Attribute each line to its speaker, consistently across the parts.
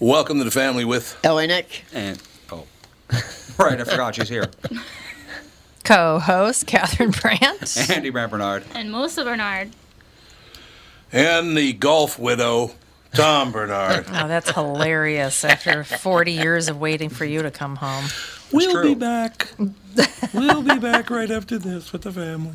Speaker 1: Welcome to the family with
Speaker 2: LA Nick.
Speaker 3: And oh, right, I forgot she's here.
Speaker 4: Co-host Catherine Brandt.
Speaker 3: Andy Brad Bernard.
Speaker 5: And Melissa Bernard.
Speaker 1: and the golf widow, Tom Bernard.
Speaker 4: Oh, that's hilarious! After 40 years of waiting for you to come home,
Speaker 1: we'll
Speaker 3: true.
Speaker 1: be back. we'll be back right after this with the family.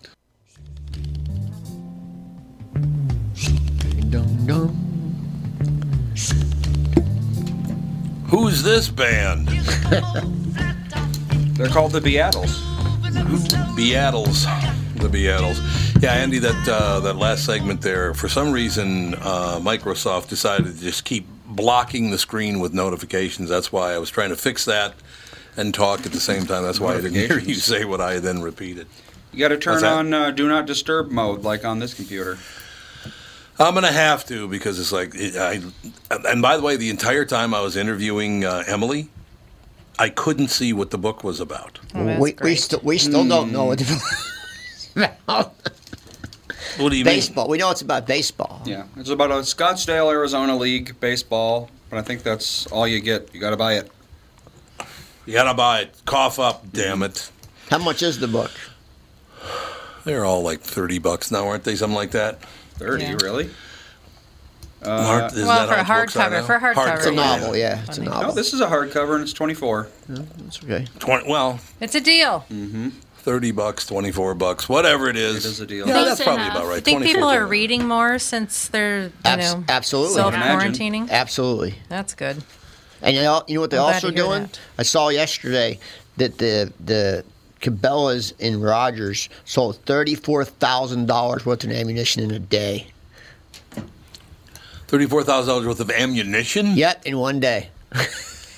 Speaker 1: Who's this band?
Speaker 3: They're called the Beatles.
Speaker 1: Beatles. The Beatles. Yeah, Andy, that uh, that last segment there, for some reason, uh, Microsoft decided to just keep blocking the screen with notifications. That's why I was trying to fix that and talk at the same time. That's why I didn't hear you say what I then repeated.
Speaker 3: You got to
Speaker 1: What's
Speaker 3: turn
Speaker 1: that?
Speaker 3: on uh, Do Not Disturb mode, like on this computer.
Speaker 1: I'm gonna have to because it's like it, I. And by the way, the entire time I was interviewing uh, Emily, I couldn't see what the book was about.
Speaker 4: Oh, that's
Speaker 2: we, we
Speaker 4: great.
Speaker 2: still we still don't know what the about
Speaker 1: What do you
Speaker 2: baseball. We know it's about baseball.
Speaker 3: Yeah, it's about a Scottsdale, Arizona League baseball, but I think that's all you get. You got to buy it.
Speaker 1: mean? You gotta buy it. Cough up, damn it.
Speaker 2: How much is the book?
Speaker 1: They're all like thirty bucks now, aren't they? Something like that.
Speaker 3: Thirty,
Speaker 4: Yeah.
Speaker 3: really? Uh,
Speaker 1: Aren't- isn't
Speaker 4: well,
Speaker 1: that
Speaker 4: for
Speaker 1: how it works out
Speaker 4: hardcover-
Speaker 1: now?
Speaker 4: for hardcover,
Speaker 2: It's a
Speaker 4: Yeah.
Speaker 2: novel. Yeah, it's a
Speaker 4: Funny.
Speaker 3: No,
Speaker 2: novel.
Speaker 3: Oh, this is a hardcover, and it's twenty-four.
Speaker 2: It's okay.
Speaker 1: 20, well,
Speaker 4: It's a deal.
Speaker 2: Mm.
Speaker 1: thirty bucks, twenty-four bucks, whatever it is.
Speaker 3: It is a deal.
Speaker 1: Yeah,
Speaker 5: Close
Speaker 1: that's probably
Speaker 5: enough.
Speaker 1: about right.
Speaker 4: I think
Speaker 1: 24.
Speaker 4: people are reading more since they're you
Speaker 2: Abs-
Speaker 4: know
Speaker 2: absolutely.
Speaker 4: self
Speaker 3: I
Speaker 4: quarantining.
Speaker 2: Absolutely.
Speaker 4: That's good.
Speaker 2: And you know, you know what they're
Speaker 4: I'm glad
Speaker 2: also
Speaker 4: to hear
Speaker 2: doing?
Speaker 4: that.
Speaker 2: I saw yesterday that the the Cabela's in Rogers sold thirty four thousand dollars worth of ammunition in a day.
Speaker 1: Thirty-four thousand dollars worth of ammunition.
Speaker 2: Yep, in one day.
Speaker 1: Oh,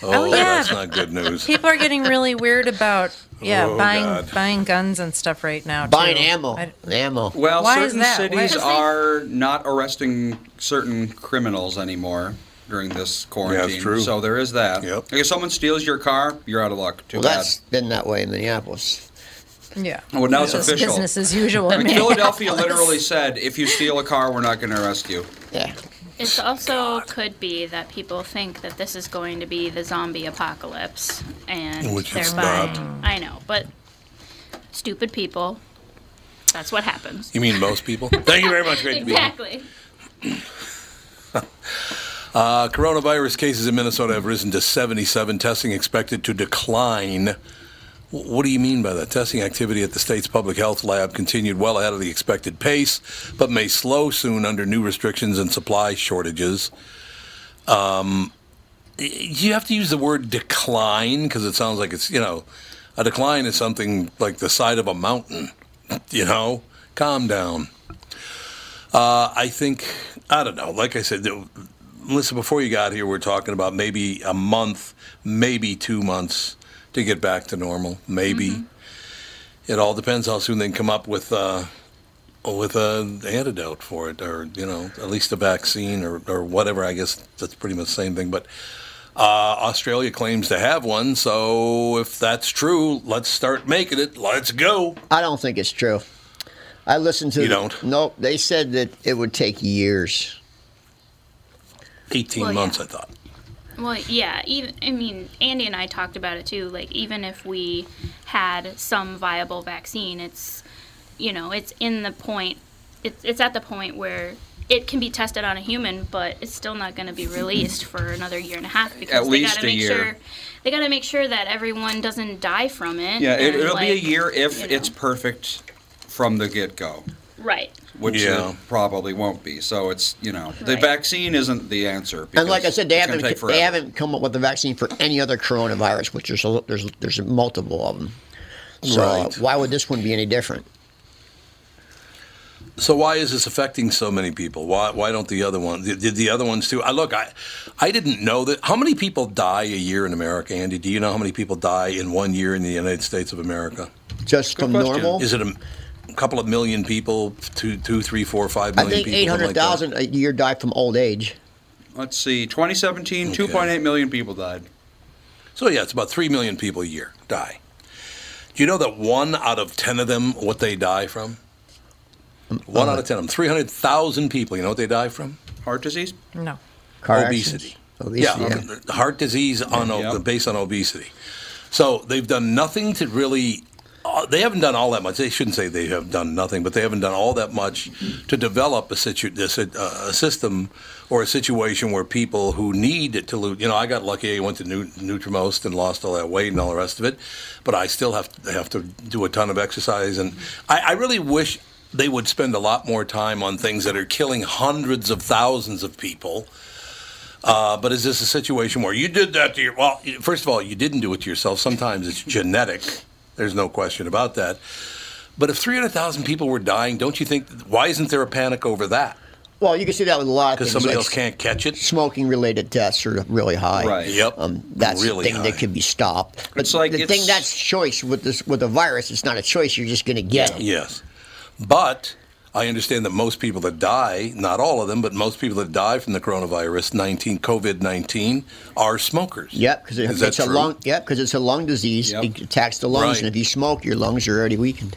Speaker 4: Oh, yeah.
Speaker 1: that's not good news.
Speaker 4: People are getting really weird about yeah
Speaker 1: Oh,
Speaker 4: buying
Speaker 1: God.
Speaker 4: buying guns and stuff right now.
Speaker 2: Buying
Speaker 4: too.
Speaker 2: ammo.
Speaker 4: I-
Speaker 2: ammo.
Speaker 3: Well,
Speaker 4: Why is
Speaker 3: certain
Speaker 4: that? Why-
Speaker 3: cities
Speaker 4: Because they-
Speaker 3: are not arresting certain criminals anymore during this quarantine.
Speaker 1: true.
Speaker 3: So there is that.
Speaker 1: Yep.
Speaker 3: If someone steals your car, you're out of luck. Too
Speaker 2: Well,
Speaker 3: bad.
Speaker 2: that's been that way in Minneapolis.
Speaker 4: yeah.
Speaker 3: Well, now it's
Speaker 4: Just
Speaker 3: official.
Speaker 4: Business as usual.
Speaker 3: I mean, Philadelphia literally said, if you steal a car, we're not going to arrest you.
Speaker 2: Yeah.
Speaker 5: It's also could be that people think that this is going to be the zombie apocalypse, and
Speaker 1: Which
Speaker 5: they're
Speaker 1: it's
Speaker 5: buying.
Speaker 1: not.
Speaker 5: I know, but stupid people. That's what happens.
Speaker 1: You mean most people? Thank you very much. Great to be here.
Speaker 5: Exactly.
Speaker 1: Uh, coronavirus cases in Minnesota have risen to 77, testing expected to decline. W- What do you mean by that? Testing activity at the state's public health lab continued well ahead of the expected pace, but may slow soon under new restrictions and supply shortages. Um, y- you have to use the word decline because it sounds like it's, you know, a decline is something like the side of a mountain, you know? Calm down. Uh, I think, I don't know, like I said, Melissa, before you got here, we are talking about maybe a month, maybe two months to get back to normal. Maybe
Speaker 5: Mm-hmm.
Speaker 1: it all depends how soon they can come up with uh, with an antidote for it, or you know, at least a vaccine or or whatever. I guess that's pretty much the same thing, but. Uh, Australia claims to have one, so if that's true, let's start making it. Let's go.
Speaker 2: I don't think it's true. I listened to.
Speaker 1: You don't?
Speaker 2: Nope. They said that it would take years.
Speaker 1: 18
Speaker 5: Well, yeah.
Speaker 1: months, I thought.
Speaker 5: Well, yeah. Even I mean, Andy and I talked about it too. Like, even if we had some viable vaccine, it's you know, it's in the point. It's it's at the point where it can be tested on a human, but it's still not going to be released for another year and a half because they
Speaker 3: least
Speaker 5: gotta
Speaker 3: a
Speaker 5: make
Speaker 3: year.
Speaker 5: sure they got to make sure that everyone doesn't die from it.
Speaker 3: Yeah, it,
Speaker 5: and,
Speaker 3: it'll be a
Speaker 5: like,
Speaker 3: year if
Speaker 5: you know.
Speaker 3: it's perfect from the get go,
Speaker 5: right.
Speaker 3: which
Speaker 1: Yeah.
Speaker 3: it probably won't be. So it's you know the
Speaker 5: Right.
Speaker 3: vaccine isn't the answer.
Speaker 2: And like I said, they
Speaker 3: it's gonna
Speaker 2: haven't
Speaker 3: take
Speaker 2: they
Speaker 3: forever.
Speaker 2: haven't come up with a vaccine for any other coronavirus, which there's a, lo- there's there's multiple of them. So uh,
Speaker 1: Right.
Speaker 2: why would this one be any different?
Speaker 1: So why is this affecting so many people? Why why don't the other one? Did, did the other ones too? I look, I I didn't know that. How many people die a year in America, Andy? Do you know how many people die in one year in the United States of America?
Speaker 2: Just
Speaker 3: Good
Speaker 2: from
Speaker 3: question.
Speaker 2: normal.
Speaker 1: Is it a, m- couple of million people? Two, two, three, four, five
Speaker 2: I
Speaker 1: million
Speaker 2: think
Speaker 1: people.
Speaker 2: eight
Speaker 1: something
Speaker 2: hundred
Speaker 1: like that?
Speaker 2: thousand a year die from old age.
Speaker 3: Let's see, 2017,
Speaker 1: Okay.
Speaker 3: 2.8 million people died.
Speaker 1: So yeah, it's about three million people a year die. Do you know that one out of ten of them what they die from?
Speaker 2: Uh,
Speaker 1: One out of ten of them, three hundred thousand people. You know what they die from?
Speaker 3: Heart disease.
Speaker 4: No.
Speaker 2: Car
Speaker 1: Obesity.
Speaker 2: Obesity.
Speaker 1: yeah,
Speaker 2: Yeah.
Speaker 1: um, heart disease on o-
Speaker 3: Yeah.
Speaker 1: based on obesity. So they've done nothing to really. Uh, they haven't done all that much. They shouldn't say they have done nothing, but they haven't done all that much to develop a situ- this, uh, a system or a situation where people who need to lose. You know, I got lucky. I went to Nut- Nutrimost and lost all that weight and all the rest of it, but I still have to, have to do a ton of exercise. And I, I really wish they would spend a lot more time on things that are killing hundreds of thousands of people. Uh, but is this a situation where you did that to your? Well, you- first of all, you didn't do it to yourself. Sometimes it's genetic. There's no question about that. But if 300,000 people were dying, don't you think? Why isn't there a panic over that?
Speaker 2: Well, you can see that with a lot of
Speaker 1: Because
Speaker 2: things.
Speaker 1: somebody
Speaker 2: like
Speaker 1: else can't catch it.
Speaker 2: Smoking related deaths are really high.
Speaker 3: Right.
Speaker 1: Yep.
Speaker 2: Um, that's the
Speaker 1: Really
Speaker 2: thing
Speaker 1: high.
Speaker 2: that can be stopped. But
Speaker 3: It's like
Speaker 2: the
Speaker 3: it's-
Speaker 2: thing that's choice with this with a virus. It's not a choice. You're just going to get it.
Speaker 1: Yes. But I understand that most people that die, not all of them, but most people that die from the coronavirus 19, COVID 19, are smokers.
Speaker 2: Yep, because it,
Speaker 1: Is that
Speaker 2: it's a
Speaker 1: true?
Speaker 2: lung. Yep, because it's a lung disease.
Speaker 3: Yep.
Speaker 2: It attacks the lungs,
Speaker 1: Right.
Speaker 2: and if you smoke, your lungs are already weakened.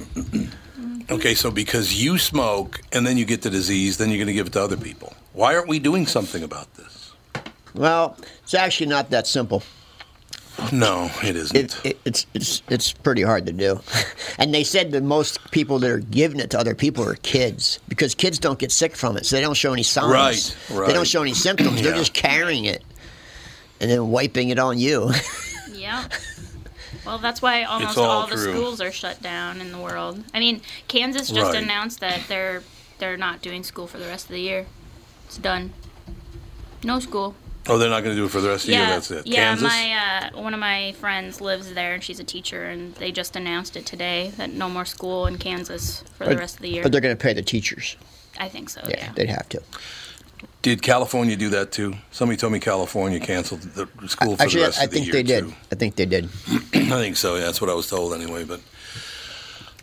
Speaker 1: Okay, so because you smoke and then you get the disease, then you're going to give it to other people. Why aren't we doing something about this?
Speaker 2: Well, it's actually not that simple.
Speaker 1: No, it isn't.
Speaker 2: It, it, it's it's it's pretty hard to do. and they said that most people that are giving it to other people are kids because kids don't get sick from it, so they don't show any signs.
Speaker 1: Right,
Speaker 2: They
Speaker 1: right.
Speaker 2: don't show any symptoms. They're
Speaker 1: Yeah.
Speaker 2: just carrying it and then wiping it on you.
Speaker 5: Yeah. Well, that's why almost
Speaker 1: all
Speaker 5: all, the
Speaker 1: true.
Speaker 5: schools are shut down in the world. I mean, Kansas just
Speaker 1: Right.
Speaker 5: announced that they're they're not doing school for the rest of the year. It's done. No school.
Speaker 1: oh, they're not going to do it for the rest of the year. That's it.
Speaker 5: yeah.
Speaker 1: Kansas.
Speaker 5: My uh, one of my friends lives there, and she's a teacher, and they just announced it today that no more school in Kansas for the rest of the year.
Speaker 2: But they're going to pay the teachers.
Speaker 5: I think so.
Speaker 2: Yeah,
Speaker 5: Yeah.
Speaker 2: they'd have to.
Speaker 1: did California do that too? Somebody told me California canceled the school for
Speaker 2: Actually,
Speaker 1: the
Speaker 2: I,
Speaker 1: rest
Speaker 2: I
Speaker 1: of the
Speaker 2: think
Speaker 1: year
Speaker 2: they did.
Speaker 1: too.
Speaker 2: I think they did.
Speaker 1: I think so. Yeah, that's what I was told anyway. But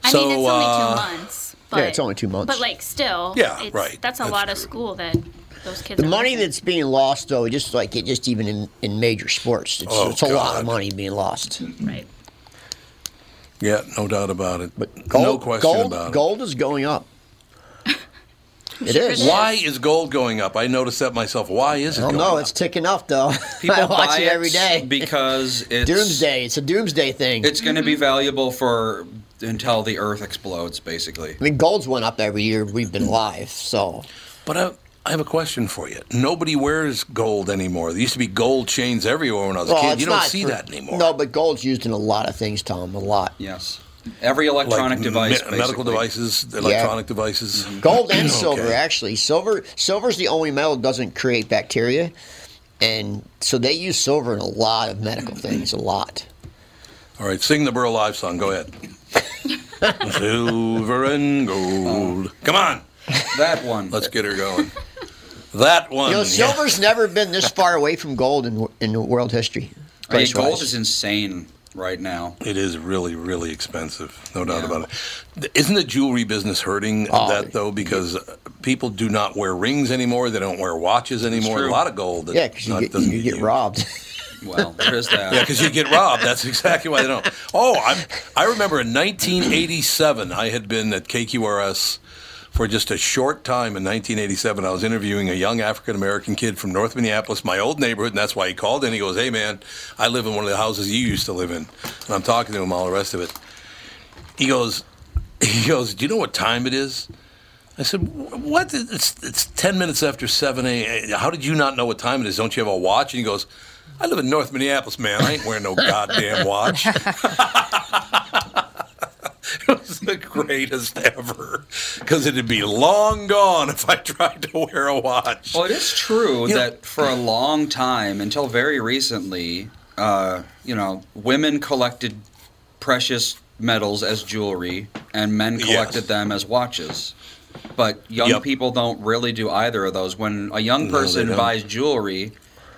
Speaker 5: I
Speaker 1: so
Speaker 5: mean, it's only
Speaker 1: uh,
Speaker 5: two months. But,
Speaker 2: yeah, it's only two months.
Speaker 5: But like, still.
Speaker 1: Yeah,
Speaker 5: it's-
Speaker 1: right.
Speaker 5: That's a
Speaker 1: That's
Speaker 5: lot of
Speaker 1: true.
Speaker 5: school that those kids.
Speaker 2: The
Speaker 5: are
Speaker 2: money
Speaker 5: missing.
Speaker 2: that's being lost, though, just like it, just even in, in major sports, it's,
Speaker 1: Oh,
Speaker 2: it's a lot
Speaker 1: God.
Speaker 2: of money being lost.
Speaker 5: right.
Speaker 1: yeah, no doubt about it.
Speaker 2: But gold,
Speaker 1: no question
Speaker 2: gold,
Speaker 1: about it.
Speaker 2: gold is going up. It
Speaker 5: Sure
Speaker 2: is.
Speaker 5: is.
Speaker 1: Why is gold going up? I noticed that myself. Why is it
Speaker 2: I don't
Speaker 1: going
Speaker 2: know.
Speaker 1: up?
Speaker 2: It's ticking up though.
Speaker 3: People
Speaker 2: I watch
Speaker 3: buy
Speaker 2: it every day.
Speaker 3: because it's
Speaker 2: doomsday. Mm-hmm. It's a doomsday thing.
Speaker 3: It's going to be valuable for until the Earth explodes, basically.
Speaker 2: I mean, gold's went up every year we've
Speaker 1: Hmm.
Speaker 2: been live. So
Speaker 1: But I, I have a question for you. Nobody wears gold anymore. There used to be gold chains everywhere when I was a
Speaker 2: Well,
Speaker 1: kid.
Speaker 2: it's
Speaker 1: You don't
Speaker 2: not
Speaker 1: see
Speaker 2: for-
Speaker 1: that anymore.
Speaker 2: No, but gold's used in a lot of things, Tom. A lot.
Speaker 3: Yes. Every electronic
Speaker 1: me-
Speaker 3: device,
Speaker 1: medical
Speaker 3: basically.
Speaker 1: devices, electronic devices.
Speaker 2: Gold and silver,
Speaker 1: Okay.
Speaker 2: actually. Silver, silver's the only metal that doesn't create bacteria, and so they use silver in a lot of medical things. A lot.
Speaker 1: All right, sing the Burl Live song. Go ahead. Silver and gold. Come on.
Speaker 3: That one.
Speaker 1: Let's get her going. That one.
Speaker 2: You know,
Speaker 1: Mm, yeah.
Speaker 2: silver's never been this far away from gold in in world history.
Speaker 3: I mean,
Speaker 2: price-wise.
Speaker 3: gold is insane right now.
Speaker 1: It is really, really expensive, no doubt about it. Isn't the jewelry business hurting
Speaker 2: Oh,
Speaker 1: that though? Because uh, people do not wear rings anymore. They don't wear watches anymore. A
Speaker 3: true.
Speaker 1: lot of gold. that
Speaker 2: yeah, because you
Speaker 1: not-
Speaker 2: get,
Speaker 1: doesn't
Speaker 2: you get
Speaker 1: used.
Speaker 2: robbed.
Speaker 3: Well, there is that.
Speaker 1: Yeah, because you get robbed. That's exactly why they don't. Oh, I'm, I remember in 1987, I had been at KQRS for just a short time in 1987. I was interviewing a young African American kid from North Minneapolis, my old neighborhood, and that's why he called in. He goes, Hey, man, I live in one of the houses you used to live in. And I'm talking to him, all the rest of it. He goes, he goes, Do you know what time it is? I said, "Wh- "What? It's it's ten minutes after seven a.m. How did you not know what time it is? Don't you have a watch?" And he goes, "I live in North Minneapolis, man. I ain't wearing no goddamn watch." it was the greatest ever because it'd be long gone if I tried to wear a watch.
Speaker 3: Well, it is true
Speaker 1: You know-
Speaker 3: that for a long time, until very recently, uh, you know, women collected precious metals as jewelry, and men
Speaker 1: Yes.
Speaker 3: collected them as watches. But young
Speaker 1: Yep.
Speaker 3: people don't really do either of those. When a young
Speaker 1: No, they
Speaker 3: person
Speaker 1: don't.
Speaker 3: buys jewelry,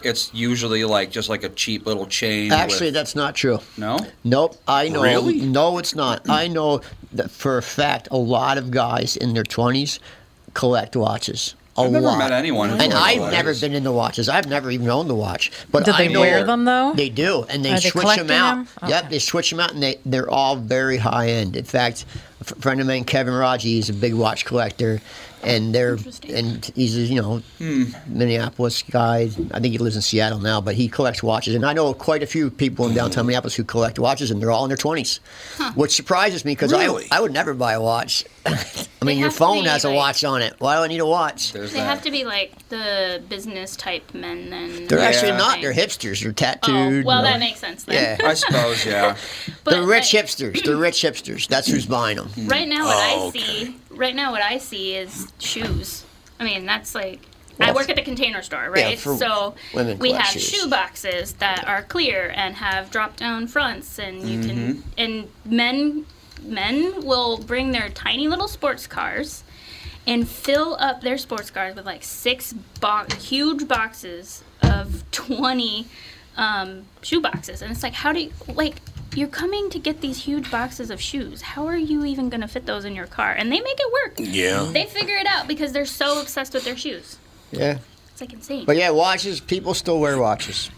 Speaker 3: it's usually like just like a cheap little chain.
Speaker 2: Actually,
Speaker 3: with,
Speaker 2: that's not true.
Speaker 3: no.
Speaker 2: Nope, I know.
Speaker 1: Really?
Speaker 2: No, it's not. I know that for a fact a lot of guys in their 20s collect watches. A
Speaker 3: I've never
Speaker 2: lot.
Speaker 3: met anyone who
Speaker 2: and
Speaker 3: collects
Speaker 2: I've
Speaker 3: watches.
Speaker 2: never been into watches. I've never even owned the watch. But
Speaker 4: Do
Speaker 2: I
Speaker 4: they
Speaker 2: know
Speaker 4: wear them, though?
Speaker 2: They do, and they
Speaker 4: Are they
Speaker 2: switch
Speaker 4: collecting
Speaker 2: them out.
Speaker 4: them?
Speaker 2: Yep,
Speaker 4: Okay.
Speaker 2: they switch them out, and they they're all very high end. In fact, a f- friend of mine, Kevin Raji, is a big watch collector, and they're
Speaker 5: Interesting.
Speaker 2: and he's a, you know Minneapolis guy. I think he lives in Seattle now, but he collects watches, and I know quite a few people in downtown Minneapolis who collect watches, and they're all in their twenties, which surprises me because
Speaker 1: Really?
Speaker 2: I I would never buy a watch. I mean, your
Speaker 5: have to
Speaker 2: phone
Speaker 5: be,
Speaker 2: has a
Speaker 5: like-
Speaker 2: watch on it. Why do I need a watch?
Speaker 3: There's
Speaker 5: They
Speaker 3: that.
Speaker 5: have to be like the business type men then.
Speaker 2: They're actually
Speaker 3: Yeah.
Speaker 2: not. They're hipsters. They're
Speaker 5: Oh,
Speaker 2: tattooed.
Speaker 5: well,
Speaker 2: and-
Speaker 5: that makes sense
Speaker 2: Yeah.
Speaker 5: then.
Speaker 3: I suppose, yeah.
Speaker 5: But,
Speaker 2: the rich
Speaker 5: like,
Speaker 2: hipsters. The rich hipsters. That's who's buying them.
Speaker 5: Right now, what
Speaker 1: Oh,
Speaker 5: I
Speaker 1: okay.
Speaker 5: see, right now, what I see is shoes. I mean, that's like. I
Speaker 2: Well,
Speaker 5: work at the container store, right?
Speaker 2: for
Speaker 5: so
Speaker 2: women
Speaker 5: we
Speaker 2: collect
Speaker 5: have
Speaker 2: shoes.
Speaker 5: shoe boxes that are clear and have drop-down fronts, and you
Speaker 2: Mm-hmm.
Speaker 5: can. And men, men will bring their tiny little sports cars, and fill up their sports cars with like six bo- huge boxes of 20 um, shoe boxes. And it's like, how do you, like, you're coming to get these huge boxes of shoes. How are you even going to fit those in your car? And they make it work.
Speaker 1: Yeah.
Speaker 5: They figure it out because they're so obsessed with their shoes.
Speaker 2: Yeah.
Speaker 5: It's like insane.
Speaker 2: But yeah, watches. People still wear watches.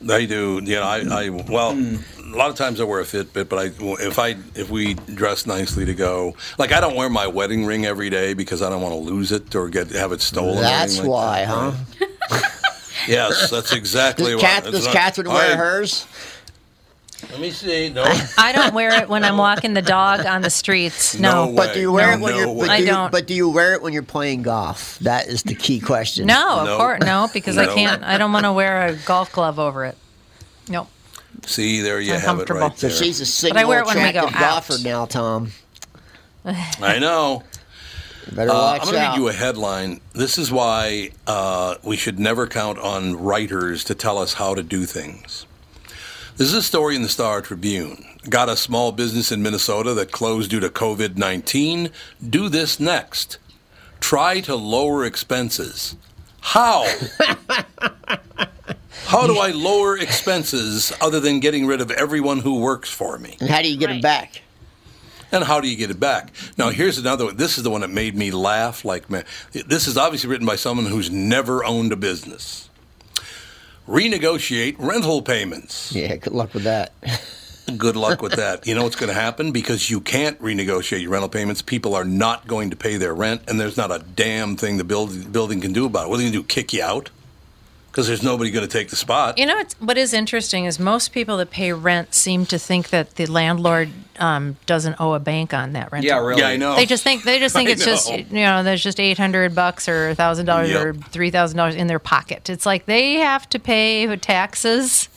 Speaker 1: They do. Yeah, I, I well, a lot of times I wear a Fitbit, but I if I if we dress nicely to go, like I don't wear my wedding ring every day because I don't want to lose it or get have it stolen. or
Speaker 2: That's
Speaker 1: anything
Speaker 2: why,
Speaker 1: like that,
Speaker 2: huh?
Speaker 1: right? Yes, that's exactly
Speaker 2: Does,
Speaker 1: what.
Speaker 2: Kath,
Speaker 1: it's
Speaker 2: does
Speaker 1: not-
Speaker 2: Catherine
Speaker 1: All
Speaker 2: wear
Speaker 1: right,
Speaker 2: hers?
Speaker 1: Let me see. No,
Speaker 4: I don't wear it when I'm walking the dog on the streets. No.
Speaker 1: No
Speaker 2: But do you
Speaker 1: way.
Speaker 2: wear
Speaker 1: No
Speaker 2: it when you're?
Speaker 1: way.
Speaker 2: But
Speaker 4: I
Speaker 2: do, you,
Speaker 4: don't.
Speaker 2: but do you wear it when you're playing golf? That is the key question.
Speaker 4: No, of
Speaker 1: No.
Speaker 4: course no, because I
Speaker 1: No.
Speaker 4: can't. I don't want to wear a golf glove over it. Nope.
Speaker 1: See, there you have it
Speaker 4: Uncomfortable.
Speaker 1: right
Speaker 2: So
Speaker 1: there.
Speaker 2: she's a
Speaker 4: But I
Speaker 2: single
Speaker 4: wear it when we go
Speaker 2: attractive
Speaker 4: out.
Speaker 2: golfer now, Tom.
Speaker 1: I know.
Speaker 2: You better
Speaker 1: Uh, I'm
Speaker 2: watch
Speaker 1: going to
Speaker 2: out.
Speaker 1: read you a headline. This is why uh, we should never count on writers to tell us how to do things. This is a story in the Star Tribune. Got a small business in Minnesota that closed due to COVID 19? Do this next. Try to lower expenses. How? how do I lower expenses other than getting rid of everyone who works for me?
Speaker 2: and how do you get them
Speaker 5: Right.
Speaker 2: back?
Speaker 1: And how do you get it back? Now, here's another one. This is the one that made me laugh like man. This is obviously written by someone who's never owned a business. Renegotiate rental payments.
Speaker 2: Yeah. Good luck with that.
Speaker 1: Good luck with that. You know what's going to happen? Because you can't renegotiate your rental payments, people are not going to pay their rent, and there's not a damn thing the build, building can do about it. What are they going to do? Kick you out? Because there's nobody going to take the spot.
Speaker 4: You know it's, what is interesting is most people that pay rent seem to think that the landlord um, doesn't owe a bank on that rental.
Speaker 3: Yeah, really.
Speaker 1: yeah, I know.
Speaker 4: They just think they just think
Speaker 1: I
Speaker 4: it's just
Speaker 1: know.
Speaker 4: you know there's just eight hundred bucks or thousand dollars
Speaker 1: Yep.
Speaker 4: or three thousand dollars in their pocket. It's like they have to pay taxes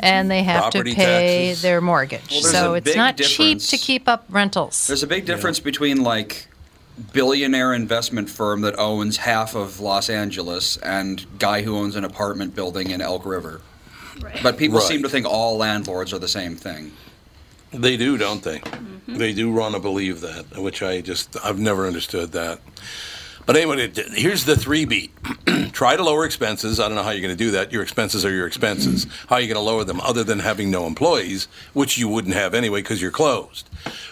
Speaker 4: and they have
Speaker 1: Property
Speaker 4: to pay
Speaker 1: taxes.
Speaker 4: their mortgage.
Speaker 3: there's
Speaker 4: so
Speaker 3: a
Speaker 4: it's
Speaker 3: big
Speaker 4: not cheap
Speaker 3: difference.
Speaker 4: to keep up rentals.
Speaker 3: There's a big difference between like billionaire investment firm that owns half of Los Angeles and guy who owns an apartment building in Elk River.
Speaker 5: Right.
Speaker 3: But people seem
Speaker 1: Right.
Speaker 3: to think all landlords are the same thing.
Speaker 1: They do, don't they? They do want to believe that, which I just I've never understood that. But anyway, it- here's the three B. Try to lower expenses. I don't know how you're going to do that. Your expenses are your expenses. How are you going to lower them other than having no employees, which you wouldn't have anyway because you're closed?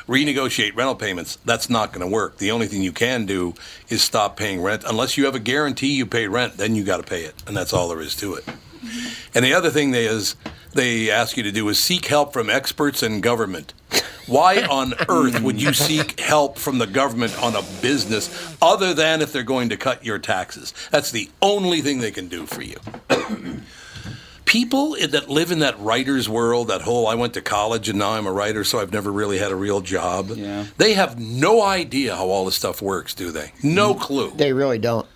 Speaker 1: Renegotiate rental payments. That's not going to work. The only thing you can do is stop paying rent unless you have a guarantee you pay rent. Then you got to pay it, and that's all there is to it. And the other thing they is they ask you to do is seek help from experts and government. Why on earth would you seek help from the government on a business other than if they're going to cut your taxes? That's the only thing they can do for you. People i- that live in that writer's world, that whole I went to college and now I'm a writer, so I've never really had a real job.
Speaker 3: Yeah.
Speaker 1: They have no idea how all this stuff works, do they? No clue.
Speaker 2: They really don't.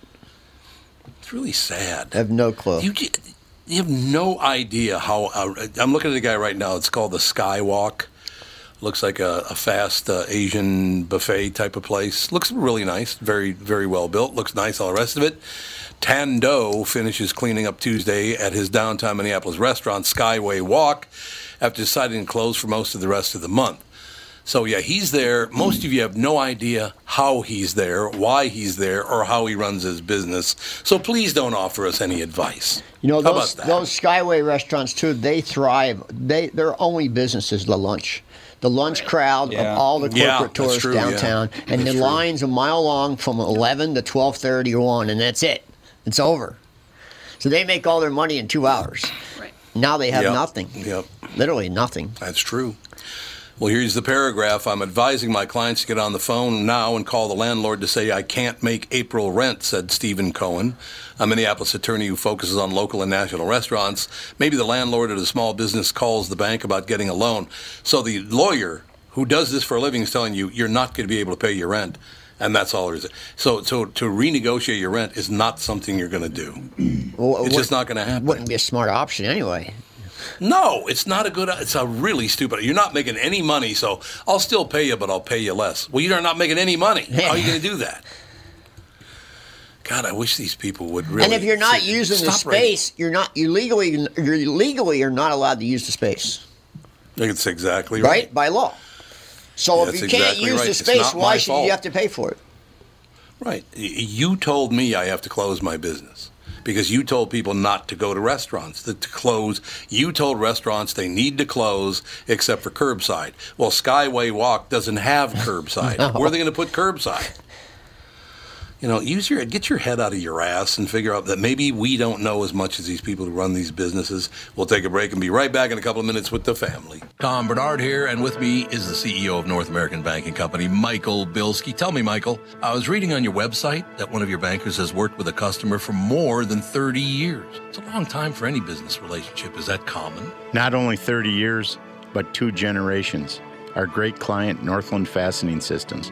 Speaker 1: It's really sad.
Speaker 2: I have no clue.
Speaker 1: You get, you have no idea how. Uh, I'm looking at a guy right now. It's called the Skywalk. Looks like a, a fast uh, Asian buffet type of place. Looks really nice. Very very well built. Looks nice. All the rest of it. Tando finishes cleaning up Tuesday at his downtown Minneapolis restaurant Skyway Walk after deciding to close for most of the rest of the month. So yeah, he's there. Most of you have no idea how he's there, why he's there, or how he runs his business. So please don't offer us any advice.
Speaker 2: You know
Speaker 1: how
Speaker 2: those
Speaker 1: about that?
Speaker 2: those Skyway restaurants too. They thrive. They their only business is the lunch, the lunch crowd
Speaker 3: Yeah.
Speaker 2: of all the corporate
Speaker 1: Yeah, that's
Speaker 2: tourists
Speaker 1: true, yeah.
Speaker 2: downtown, and
Speaker 1: That's
Speaker 2: the
Speaker 1: true.
Speaker 2: lines a mile long from eleven to twelve thirty or one, and that's it. It's over. So they make all their money in two hours.
Speaker 5: Right.
Speaker 2: Now they have
Speaker 1: Yep,
Speaker 2: nothing.
Speaker 1: Yep,
Speaker 2: Literally nothing.
Speaker 1: that's true. Well, here's the paragraph. I'm advising my clients to get on the phone now and call the landlord to say I can't make April rent, said Stephen Cohen, a Minneapolis attorney who focuses on local and national restaurants. Maybe the landlord at a small business calls the bank about getting a loan. So the lawyer who does this for a living is telling you you're not going to be able to pay your rent. And that's all there is. So, so to renegotiate your rent is not something you're going to do.
Speaker 2: Wha-
Speaker 1: It's
Speaker 2: wha-
Speaker 1: just not going to happen.
Speaker 2: wouldn't be a smart option anyway.
Speaker 1: No, it's not a good. It's a really stupid. You're not making any money, so I'll still pay you, but I'll pay you less. Well, you're not making any money. How are you going to do that? God, I wish these people would really.
Speaker 2: and if you're not
Speaker 1: sit-
Speaker 2: using the
Speaker 1: stop writing.
Speaker 2: space, you're not you legally you're legally you're not allowed to use the space.
Speaker 1: that's exactly
Speaker 2: right? By law. So if
Speaker 1: That's
Speaker 2: you can't
Speaker 1: exactly
Speaker 2: use
Speaker 1: right.
Speaker 2: the
Speaker 1: It's
Speaker 2: space,
Speaker 1: not
Speaker 2: why
Speaker 1: my
Speaker 2: should
Speaker 1: fault.
Speaker 2: you have to pay for it?
Speaker 1: Right. Y- You told me I have to close my business because you told people not to go to restaurants, that to close. You told restaurants they need to close except for curbside. Well, Skyway Walk doesn't have curbside. Where are they going to put curbside? You know, use your get your head out of your ass and figure out that maybe we don't know as much as these people who run these businesses. We'll take a break and be right back in a couple of minutes with the family. Tom Bernard here, and with me is the CEO of North American Banking Company, Michael Bilski. Tell me, Michael, I was reading on your website that one of your bankers has worked with a customer for more than 30 years. It's a long time for any business relationship. Is that common?
Speaker 6: Not only 30 years, but two generations. Our great client, Northland Fastening Systems.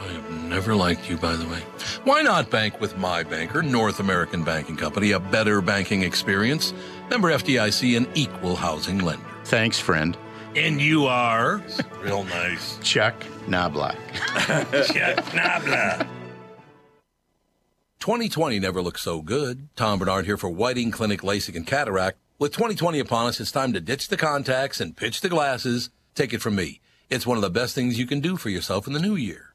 Speaker 1: I have never liked you, by the way. Why not bank with my banker, North American Banking Company, a better banking experience? Member FDIC, an equal housing lender.
Speaker 6: Thanks, friend.
Speaker 1: And you are? Real nice.
Speaker 6: Chuck Knobloch.
Speaker 1: 2020 never looked so good. Tom Bernard here for Whiting Clinic LASIK and Cataract. With 2020 upon us, it's time to ditch the contacts and pitch the glasses. Take it from me. It's one of the best things you can do for yourself in the new year.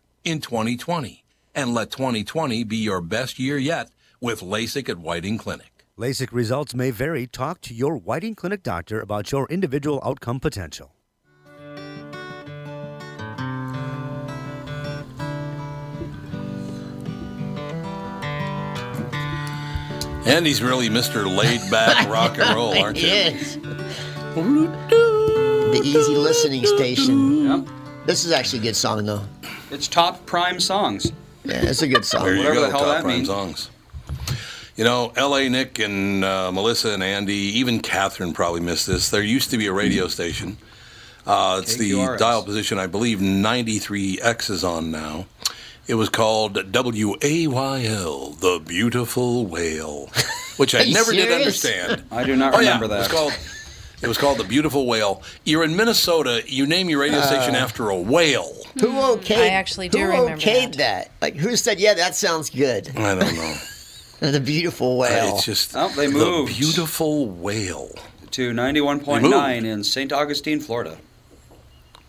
Speaker 1: in 2020 and let 2020 be your best year yet with LASIK at Whiting Clinic.
Speaker 7: LASIK results may vary. Talk to your Whiting Clinic doctor about your individual outcome potential.
Speaker 1: And he's really Mr. Laid Back Rock and Roll, aren't you?
Speaker 2: Yes. The easy listening station. This is actually a good song, though.
Speaker 3: It's top prime songs.
Speaker 2: Yeah, it's a good song.
Speaker 1: There you
Speaker 3: Whatever
Speaker 1: go,
Speaker 3: the hell
Speaker 1: top
Speaker 3: that
Speaker 1: prime
Speaker 3: means.
Speaker 1: songs. You know, L.A. Nick and uh, Melissa and Andy, even Catherine probably missed this. There used to be a radio station. Uh, it's the
Speaker 3: KQRS.
Speaker 1: dial position, I believe, 93X is on now. It was called W-A-Y-L, The Beautiful Whale, which I
Speaker 2: Are you
Speaker 1: never did
Speaker 2: serious?
Speaker 1: understand.
Speaker 3: I do not
Speaker 1: Oh,
Speaker 3: remember
Speaker 1: yeah.
Speaker 3: that.
Speaker 1: It was called. It was called the Beautiful Whale. You're in Minnesota. You name your radio
Speaker 3: Uh.
Speaker 1: station after a whale.
Speaker 2: Who okayed?
Speaker 4: I actually do
Speaker 2: who
Speaker 4: remember
Speaker 2: okayed that. Like, who said, "Yeah, that sounds good"?
Speaker 1: I don't know.
Speaker 2: The beautiful whale.
Speaker 1: It's just
Speaker 3: Oh, they
Speaker 1: the
Speaker 3: moved.
Speaker 1: Beautiful Whale.
Speaker 3: to 91.9 in St. Augustine, Florida.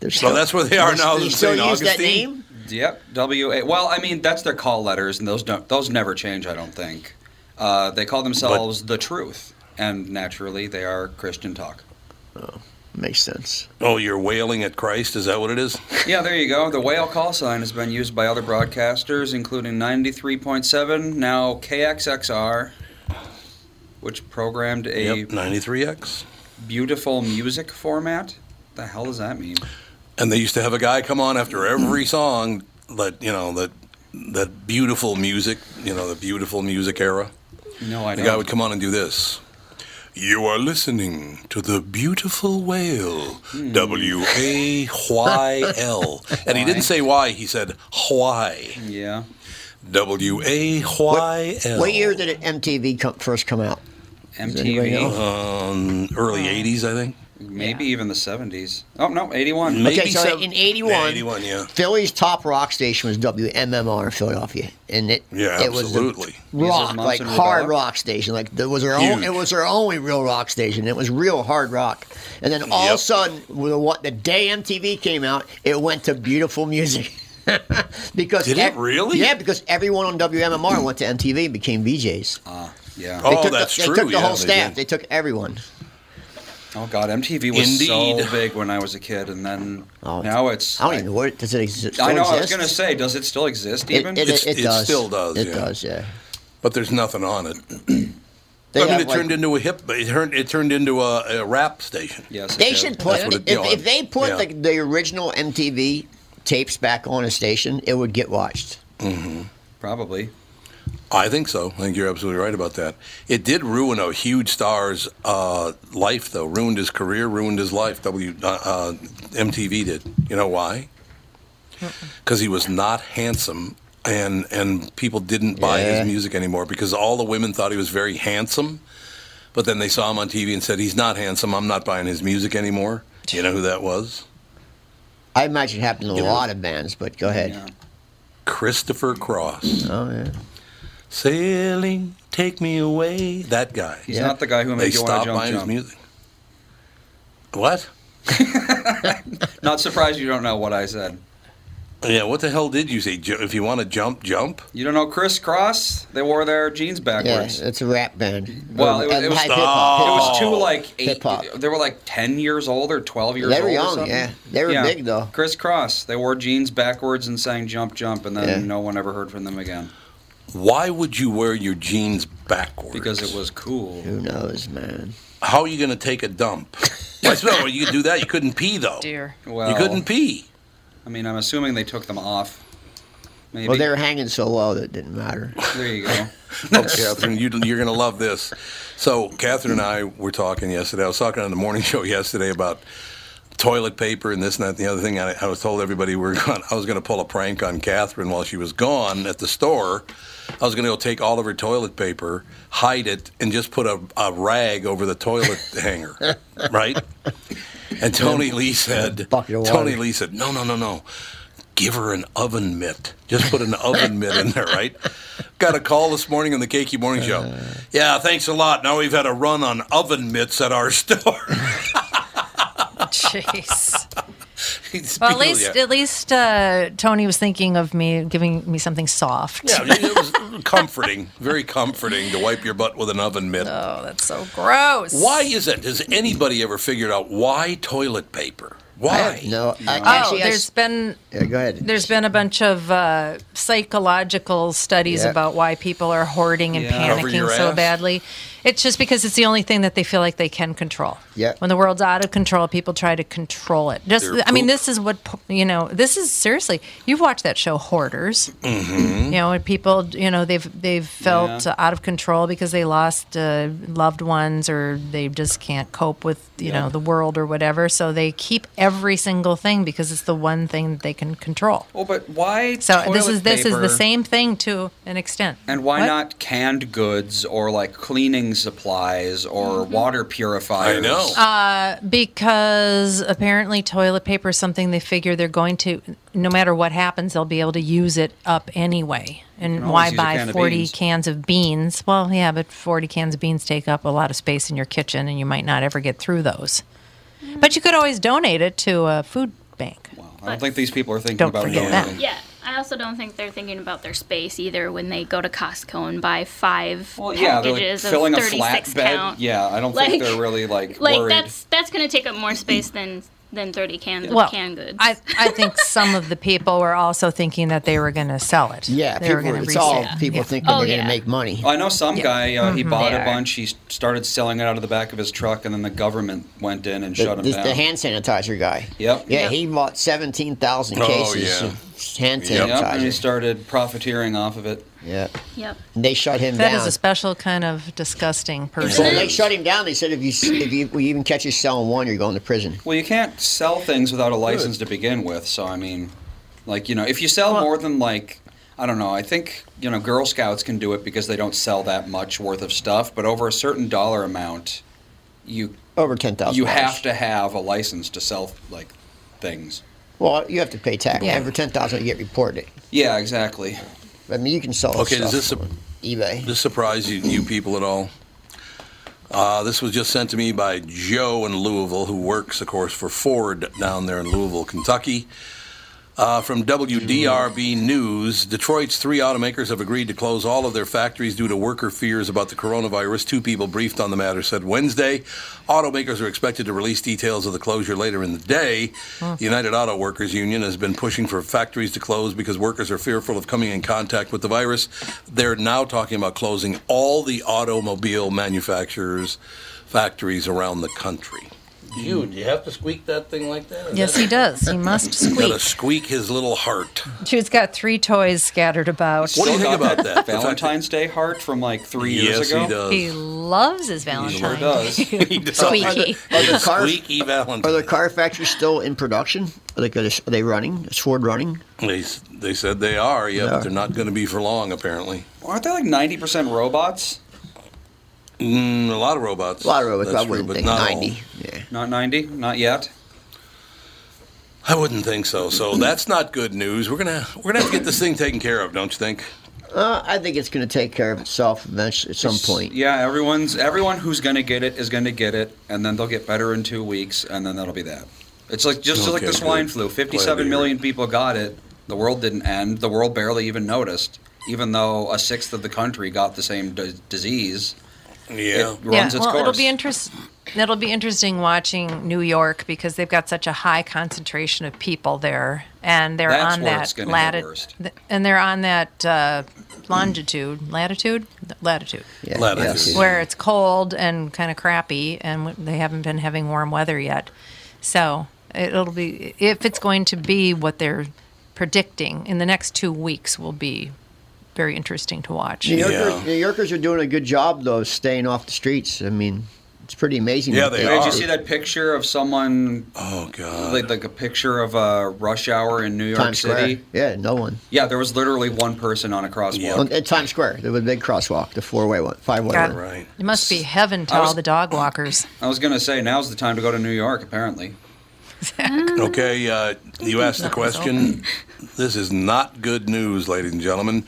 Speaker 2: They're
Speaker 1: So that's where they are now.
Speaker 2: You
Speaker 1: is
Speaker 2: still
Speaker 1: St.
Speaker 2: use that
Speaker 1: Augustine.
Speaker 2: name?
Speaker 3: Yep, WA. Well, I mean, that's their call letters, and those don't, those never change, I don't think. Uh, they call themselves the Truth, and naturally, they are Christian talk.
Speaker 2: Makes sense.
Speaker 1: Oh, you're wailing at Christ. Is that what it is?
Speaker 3: Yeah, there you go. The whale call sign has been used by other broadcasters, including 93.7, now KXXR, which programmed a
Speaker 1: Yep, 93X.
Speaker 3: beautiful music format. The hell does that mean?
Speaker 1: And they used to have a guy come on after every song. That you know that that beautiful music. You know the beautiful music era.
Speaker 3: No, I
Speaker 1: The
Speaker 3: don't.
Speaker 1: guy would come on and do this. You are listening to the beautiful whale, W A Y L, and he didn't say why. He said why,
Speaker 3: yeah.
Speaker 1: W A Y L.
Speaker 2: What year did it MTV come, first come out? anybody
Speaker 3: MTV,
Speaker 2: know?
Speaker 1: Um, early '80s, I think.
Speaker 3: maybe even the 70s. Oh, no, 81.
Speaker 1: Maybe
Speaker 2: Okay, so
Speaker 1: sev-
Speaker 2: in 81
Speaker 1: 81, yeah.
Speaker 2: Philly's top rock station was WMMR in Philadelphia, and it
Speaker 1: Yeah,
Speaker 2: it was the
Speaker 1: absolutely.
Speaker 2: rock
Speaker 3: Mumps
Speaker 2: like
Speaker 3: and
Speaker 2: hard
Speaker 3: Rubella?
Speaker 2: rock station. Like there was their own,
Speaker 1: Huge.
Speaker 2: it was their only real rock station. It was real hard rock, and then all of
Speaker 1: Yep.
Speaker 2: a sudden, with what the day MTV came out, it went to beautiful music. because
Speaker 1: Did it really?
Speaker 2: Yeah, because everyone on WMMR went to MTV and became VJs.
Speaker 3: Ah, Yeah.
Speaker 1: Oh,
Speaker 2: took
Speaker 1: that's
Speaker 2: the,
Speaker 1: true.
Speaker 2: They took the
Speaker 1: yeah,
Speaker 2: whole
Speaker 1: they
Speaker 2: staff.
Speaker 1: did.
Speaker 2: They took everyone.
Speaker 3: Oh God, MTV was
Speaker 1: Indeed.
Speaker 3: so big when I was a kid, and then
Speaker 2: Oh,
Speaker 3: now it's.
Speaker 2: I don't even know where does it exist.
Speaker 3: I know.
Speaker 2: Still
Speaker 3: I was
Speaker 2: exist?
Speaker 3: gonna say, does it still exist?
Speaker 2: It,
Speaker 3: Even
Speaker 2: it,
Speaker 1: It's-
Speaker 2: it, it
Speaker 1: it
Speaker 2: does.
Speaker 1: still does,
Speaker 2: It
Speaker 1: yeah.
Speaker 2: does. Yeah.
Speaker 1: But there's nothing on it.
Speaker 2: They
Speaker 1: I mean,
Speaker 2: have,
Speaker 1: it
Speaker 2: like-
Speaker 1: turned into a hip. It turned. It turned into a, a rap station.
Speaker 3: yes, it
Speaker 2: They
Speaker 3: did.
Speaker 2: should put
Speaker 1: That's what it-
Speaker 2: if,
Speaker 1: yeah.
Speaker 2: if they put
Speaker 1: Yeah.
Speaker 2: the, the original MTV tapes back on a station, it would get watched.
Speaker 3: probably.
Speaker 1: I think so. I think you're absolutely right about that. It did ruin a huge star's uh, life, though. Ruined his career. Ruined his life. W uh, uh, MTV did. You know why? Because he was not handsome, and and people didn't buy
Speaker 2: Yeah.
Speaker 1: his music anymore because all the women thought he was very handsome. But then they saw him on TV and said, "He's not handsome. I'm not buying his music anymore." Do you know who that was?
Speaker 2: I imagine it happened to a
Speaker 1: Yeah.
Speaker 2: lot of bands, but go ahead.
Speaker 3: Yeah.
Speaker 1: Christopher Cross.
Speaker 2: Oh yeah.
Speaker 1: Sailing, take me away. That guy.
Speaker 3: He's
Speaker 2: Yeah.
Speaker 3: not the guy who
Speaker 1: They
Speaker 3: made you want
Speaker 1: stopped
Speaker 3: to jump.
Speaker 1: buying his
Speaker 3: jump.
Speaker 1: music. What?
Speaker 3: Not surprised you don't know what I said.
Speaker 1: Yeah, what the hell did you say? Ju- If you want to jump, jump.
Speaker 3: You don't know Criss Cross? They wore their jeans
Speaker 2: Yeah,
Speaker 3: backwards.
Speaker 2: it's a rap band.
Speaker 3: Well, it was-
Speaker 2: Uh,
Speaker 3: it was-
Speaker 2: hip hop,
Speaker 1: Oh.
Speaker 2: hip hop.
Speaker 3: It was two like eight.
Speaker 2: Hip-hop.
Speaker 3: They were like ten years old or twelve years
Speaker 2: They were
Speaker 3: old.
Speaker 2: young,
Speaker 3: or something.
Speaker 2: yeah. They were big, though.
Speaker 3: Criss Cross. They wore jeans backwards and sang "Jump, Jump," and then
Speaker 2: Yeah.
Speaker 3: no one ever heard from them again
Speaker 1: Why would you wear your jeans backwards?
Speaker 3: because it was cool.
Speaker 2: Who knows, man?
Speaker 1: How are you going to take a dump? well, I suppose, well, you could do that. You couldn't pee though.
Speaker 4: Dear.
Speaker 1: you
Speaker 3: Well,
Speaker 1: couldn't pee.
Speaker 3: I mean, I'm assuming they took them off. Maybe.
Speaker 2: Well, they were hanging so low that it didn't matter.
Speaker 3: There you go.
Speaker 1: Oh, Catherine, you, you're going to love this. So, Catherine and I were talking yesterday. I was talking on the morning show yesterday about toilet paper and this and that and the other thing. I, I was told everybody we were going, I was going to pull a prank on Catherine while she was gone at the store. I was going to go take all of her toilet paper, hide it, and just put a, a rag over the toilet hanger, right? And Tony Lee said,
Speaker 2: bucket of
Speaker 1: Tony
Speaker 2: water.
Speaker 1: Lee said, no, no, no, no give her an oven mitt. Just put an oven mitt in there, right? Got a call this morning on the KQ Morning Show.
Speaker 2: Uh.
Speaker 1: yeah, thanks a lot. Now we've had a run on oven mitts at our store.
Speaker 4: Jeez.
Speaker 1: It's
Speaker 4: Well, at
Speaker 1: peculiar.
Speaker 4: least at least uh, Tony was thinking of me, giving me something soft.
Speaker 1: yeah, it was comforting, very comforting to wipe your butt with an oven mitt.
Speaker 4: Oh, that's so gross.
Speaker 1: Why is it? Has anybody ever figured out why toilet paper? Why?
Speaker 2: No, I,
Speaker 4: Oh,
Speaker 2: actually, I
Speaker 4: there's
Speaker 2: s-
Speaker 4: been
Speaker 2: yeah, go ahead.
Speaker 4: there's been a bunch of uh, psychological studies
Speaker 2: Yeah.
Speaker 4: about why people are hoarding and
Speaker 3: Yeah.
Speaker 1: Cover your
Speaker 4: panicking so
Speaker 1: ass.
Speaker 4: badly. It's just because it's the only thing that they feel like they can control.
Speaker 2: Yeah.
Speaker 4: When the world's out of control, people try to control it. Just,
Speaker 1: Their
Speaker 4: I mean,
Speaker 1: poop.
Speaker 4: this is what po- you know. This is seriously. You've watched that show Hoarders.
Speaker 1: Mhm.
Speaker 4: You
Speaker 3: Hmm?
Speaker 4: know, and people, you know, they've they've felt
Speaker 1: Yeah.
Speaker 4: uh, out of control because they lost uh, loved ones or they just can't cope with you know
Speaker 3: Yep.
Speaker 4: the world or whatever. So they keep every single thing because it's the one thing that they can control.
Speaker 3: Well, Oh, but why?
Speaker 4: So this
Speaker 3: toilet
Speaker 4: is this is
Speaker 3: paper?
Speaker 4: the same thing to an extent.
Speaker 3: And why
Speaker 4: What?
Speaker 3: not canned goods or like cleaning supplies or
Speaker 4: Mm-hmm.
Speaker 3: water purifiers?
Speaker 1: I know.
Speaker 2: Ah.
Speaker 4: Uh, because apparently toilet paper is something they figure they're going to, no matter what happens, they'll be able to use it up anyway.
Speaker 8: can
Speaker 4: And
Speaker 8: always
Speaker 4: why
Speaker 8: use a
Speaker 4: buy
Speaker 8: can of
Speaker 4: 40
Speaker 8: beans.
Speaker 4: cans of beans? Well, yeah, but 40 cans of beans take up a lot of space in your kitchen and you might not ever get through those.
Speaker 5: Mm.
Speaker 4: But you could always donate it to a food bank.
Speaker 3: I don't think these people are thinking
Speaker 4: Don't
Speaker 3: about
Speaker 4: forget
Speaker 3: doing
Speaker 4: that.
Speaker 3: it.
Speaker 5: Yeah, I also don't think they're thinking about their space either when they go to Costco and buy five
Speaker 3: Yeah, they're like
Speaker 5: packages
Speaker 3: filling
Speaker 5: of
Speaker 3: a
Speaker 5: 36
Speaker 3: flatbed.
Speaker 5: count.
Speaker 3: Yeah, I don't
Speaker 5: Like-
Speaker 3: think they're really like,
Speaker 5: like
Speaker 3: worried.
Speaker 5: that's that's going to take up more space than than 30 cans
Speaker 4: Well,
Speaker 5: of canned goods.
Speaker 4: I, I think some of the people were also thinking that they were going to sell it.
Speaker 2: Yeah,
Speaker 4: they were
Speaker 2: people-
Speaker 4: gonna
Speaker 2: it's all
Speaker 4: resell it.
Speaker 2: people
Speaker 4: Yeah.
Speaker 2: thinking they're going to make money.
Speaker 3: I know some guy. Uh, He
Speaker 4: Mm-hmm.
Speaker 2: Mhm.
Speaker 3: bought
Speaker 2: They
Speaker 3: a
Speaker 2: are.
Speaker 3: bunch. He s- started selling it out of the back of his truck, and then the government went in and
Speaker 2: The,
Speaker 3: shut him
Speaker 2: this-
Speaker 3: down.
Speaker 2: the hand sanitizer guy.
Speaker 3: Yep.
Speaker 2: Yeah, he bought 17,000
Speaker 3: Oh,
Speaker 2: cases
Speaker 3: yeah.
Speaker 2: of hand
Speaker 3: Yep, and he
Speaker 2: sanitizer.
Speaker 3: started profiteering off of it.
Speaker 2: Yeah.
Speaker 5: Yep.
Speaker 2: And they shut him
Speaker 4: That
Speaker 2: down.
Speaker 4: is a special kind of disgusting
Speaker 2: so
Speaker 4: person.
Speaker 2: they shut him down. They said if you if you, we even catch you selling one, you're going to prison.
Speaker 3: Well, you can't sell things without a license to begin with. So I mean, like you know, if you sell more than like I don't know, I think you know Girl Scouts can do it because they don't sell that much worth of stuff, but over a certain dollar amount, you
Speaker 2: over ten thousand.
Speaker 3: you have to have a license to sell like things.
Speaker 2: Well, you have to pay tax.
Speaker 3: Yeah.
Speaker 2: Over ten thousand, you get reported.
Speaker 3: Yeah, exactly.
Speaker 2: I mean, you can sell.
Speaker 1: Okay,
Speaker 2: stuff
Speaker 1: does this
Speaker 2: on eBay?
Speaker 1: This surprise you, you people at all? Uh, this was just sent to me by Joe in Louisville, who works, of course, for Ford down there in Louisville, Kentucky. Uh, from WDRB News, Detroit's three automakers have agreed to close all of their factories due to worker fears about the coronavirus. Two people briefed on the matter said Wednesday. Automakers are expected to release details of the closure later in the day.
Speaker 9: Hmm.
Speaker 1: The United Auto Workers Union has been pushing for factories to close because workers are fearful of coming in contact with the virus. They're now talking about closing all the automobile manufacturers' factories around the country. You, do you have to squeak that thing like that?
Speaker 4: Yes, he does. He must
Speaker 1: Gotta
Speaker 4: squeak.
Speaker 1: squeak his little heart.
Speaker 4: She's got three toys scattered about.
Speaker 3: Still got Valentine's Day heart from like three
Speaker 1: Yes,
Speaker 3: years
Speaker 1: he
Speaker 3: ago?
Speaker 1: does.
Speaker 4: He loves his
Speaker 3: He
Speaker 4: Valentine.
Speaker 3: sure does.
Speaker 1: he
Speaker 2: does.
Speaker 4: Squeaky.
Speaker 2: Are the car-
Speaker 1: Squeaky Valentine.
Speaker 2: Are the car factories still in production? Are they, gonna- are they running? Is Ford running?
Speaker 1: They, s- they said they are, yeah, but they're not going to be for long, apparently.
Speaker 3: Aren't there like ninety percent robots?
Speaker 1: Mm, a lot of robots.
Speaker 3: A lot of robots,
Speaker 1: That's
Speaker 3: I wouldn't
Speaker 1: true,
Speaker 3: think
Speaker 1: but not
Speaker 3: 90,
Speaker 1: all.
Speaker 3: Not ninety? Not yet.
Speaker 1: I wouldn't think so. So that's not good news. We're gonna we're gonna have to get this thing taken care of, don't you think?
Speaker 2: Uh, I think it's going to take care of itself eventually at some point.
Speaker 3: Yeah, everyone's everyone who's gonna get it is gonna get it, and then they'll get better in two weeks, and then that'll be that. It's like just like
Speaker 1: Okay,
Speaker 3: the swine
Speaker 1: good.
Speaker 3: flu.
Speaker 1: Glad to
Speaker 3: Fifty-seven
Speaker 1: hear
Speaker 3: million people got it. The world didn't end. The world barely even noticed, even though a sixth of the country got the same d- disease.
Speaker 1: Yeah,
Speaker 3: it runs
Speaker 4: yeah,
Speaker 3: its
Speaker 4: well, it'll
Speaker 3: course.
Speaker 4: be interesting. It'll be interesting watching New York because they've got such a high concentration of people there, and they're
Speaker 3: That's
Speaker 4: on
Speaker 3: where
Speaker 4: that
Speaker 3: it's gonna hit
Speaker 4: lati-
Speaker 3: worst.
Speaker 4: th- and they're on that uh, longitude, latitude, latitude,
Speaker 2: Yeah,
Speaker 1: Latitude. yes.
Speaker 4: where it's cold and kind of crappy, and w- they haven't been having warm weather yet. So it'll be if it's going to be what they're predicting in the next two weeks will be very interesting to watch.
Speaker 2: New Yorkers, New Yorkers are doing a good job though, of staying off the streets. I mean, it's pretty amazing.
Speaker 1: Yeah,
Speaker 2: what
Speaker 1: they
Speaker 3: Did
Speaker 1: are.
Speaker 3: you see that picture of someone?
Speaker 1: Oh god!
Speaker 3: Like, like a picture of a rush hour in New York
Speaker 2: Times Square.
Speaker 3: City.
Speaker 2: Yeah, no one.
Speaker 3: Yeah, there was literally one person on a crosswalk.
Speaker 2: On, at Times Square, there was a big crosswalk, the four-way one, five-way
Speaker 4: God,
Speaker 2: one.
Speaker 4: It must be heaven to
Speaker 3: I was-
Speaker 4: all the dog walkers.
Speaker 3: I was gonna say now's the time to go to New York. Apparently,
Speaker 1: Okay, uh, you asked the
Speaker 4: Not myself.
Speaker 1: question. This is not good news, ladies and gentlemen.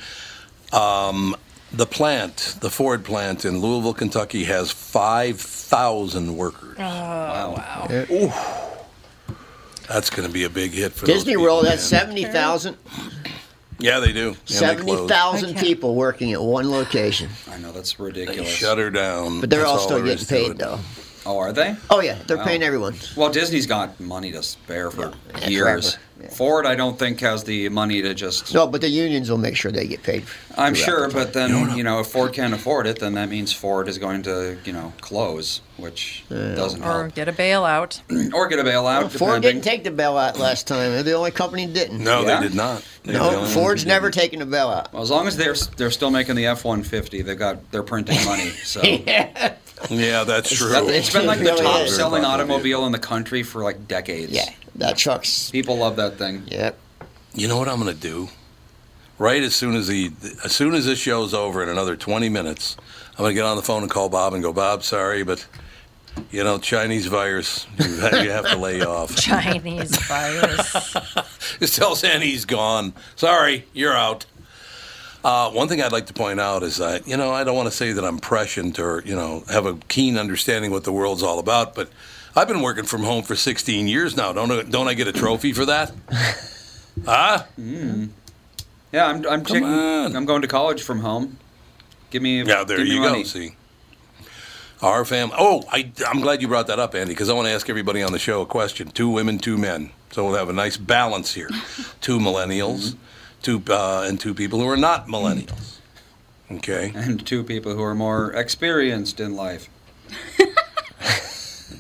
Speaker 1: Um, the plant, the Ford plant in Louisville, Kentucky, has five thousand workers.
Speaker 4: Oh, wow.
Speaker 1: That's going to be a big hit for those
Speaker 2: Disney
Speaker 1: people,
Speaker 2: World has
Speaker 1: man.
Speaker 2: seventy thousand
Speaker 1: Yeah, they do. Yeah, they close.
Speaker 2: seventy thousand people working at one location,
Speaker 3: I know that's ridiculous.
Speaker 1: Shut her down.
Speaker 2: but they're
Speaker 1: That's
Speaker 2: all still
Speaker 1: there is to
Speaker 2: getting paid
Speaker 1: it.
Speaker 2: though.
Speaker 3: Oh, are they?
Speaker 2: Oh yeah, they're paying everyone.
Speaker 3: Well, Disney's got money to spare for
Speaker 2: Yeah,
Speaker 3: years.
Speaker 2: forever.
Speaker 3: Ford, I don't think, has the money to just.
Speaker 2: No, but the unions will make sure they get paid.
Speaker 3: I'm
Speaker 2: throughout
Speaker 3: sure,
Speaker 2: the
Speaker 3: but then you know, if Ford can't afford it, then that means Ford is going to you know close, which doesn't
Speaker 4: Or
Speaker 3: help,
Speaker 4: get a bailout.
Speaker 3: or get a bailout.
Speaker 2: time. Ford
Speaker 3: depending.
Speaker 2: didn't take the bailout last time. They're the only company that didn't.
Speaker 1: No,
Speaker 3: Yeah.
Speaker 1: they did not. They were the
Speaker 2: No,
Speaker 1: only ones
Speaker 2: Ford's
Speaker 1: who
Speaker 2: never
Speaker 1: didn't.
Speaker 2: taken a bailout.
Speaker 3: Well, as long as they're they're still making the F-150, they've got they're printing money. So
Speaker 1: Yeah, that's true.
Speaker 3: That- it's been like the
Speaker 2: Really
Speaker 3: top
Speaker 2: is.
Speaker 3: selling automobile in the country for like decades.
Speaker 2: Yeah, that truck's.
Speaker 3: people love that thing.
Speaker 2: Yep.
Speaker 1: You know what I'm going to do? Right as soon as he, as soon as this show's over in another 20 minutes, I'm going to get on the phone and call Bob and go, Bob, sorry, but you know, Chinese virus, you have you have to lay off.
Speaker 4: Chinese virus.
Speaker 1: Just tell Sandy he's gone. Sorry, you're out. Uh, one thing I'd like to point out is that, you know, I don't want to say that I'm prescient or, you know, have a keen understanding what the world's all about, but I've been working from home for 16 years now. Don't, I- don't I get a trophy for that? Huh?
Speaker 3: Yeah, I'm I'm taking,
Speaker 1: on.
Speaker 3: I'm going to college from home. Give me
Speaker 1: Yeah, there
Speaker 3: give me
Speaker 1: you
Speaker 3: money.
Speaker 1: go. See, our fam. Oh, I, I'm glad you brought that up, Andy, because I want to ask everybody on the show a question: two women, two men. So we'll have a nice balance here: two millennials,
Speaker 3: Mm-hmm.
Speaker 1: two uh, and two people who are not millennials. Okay.
Speaker 3: And two people who are more experienced in life.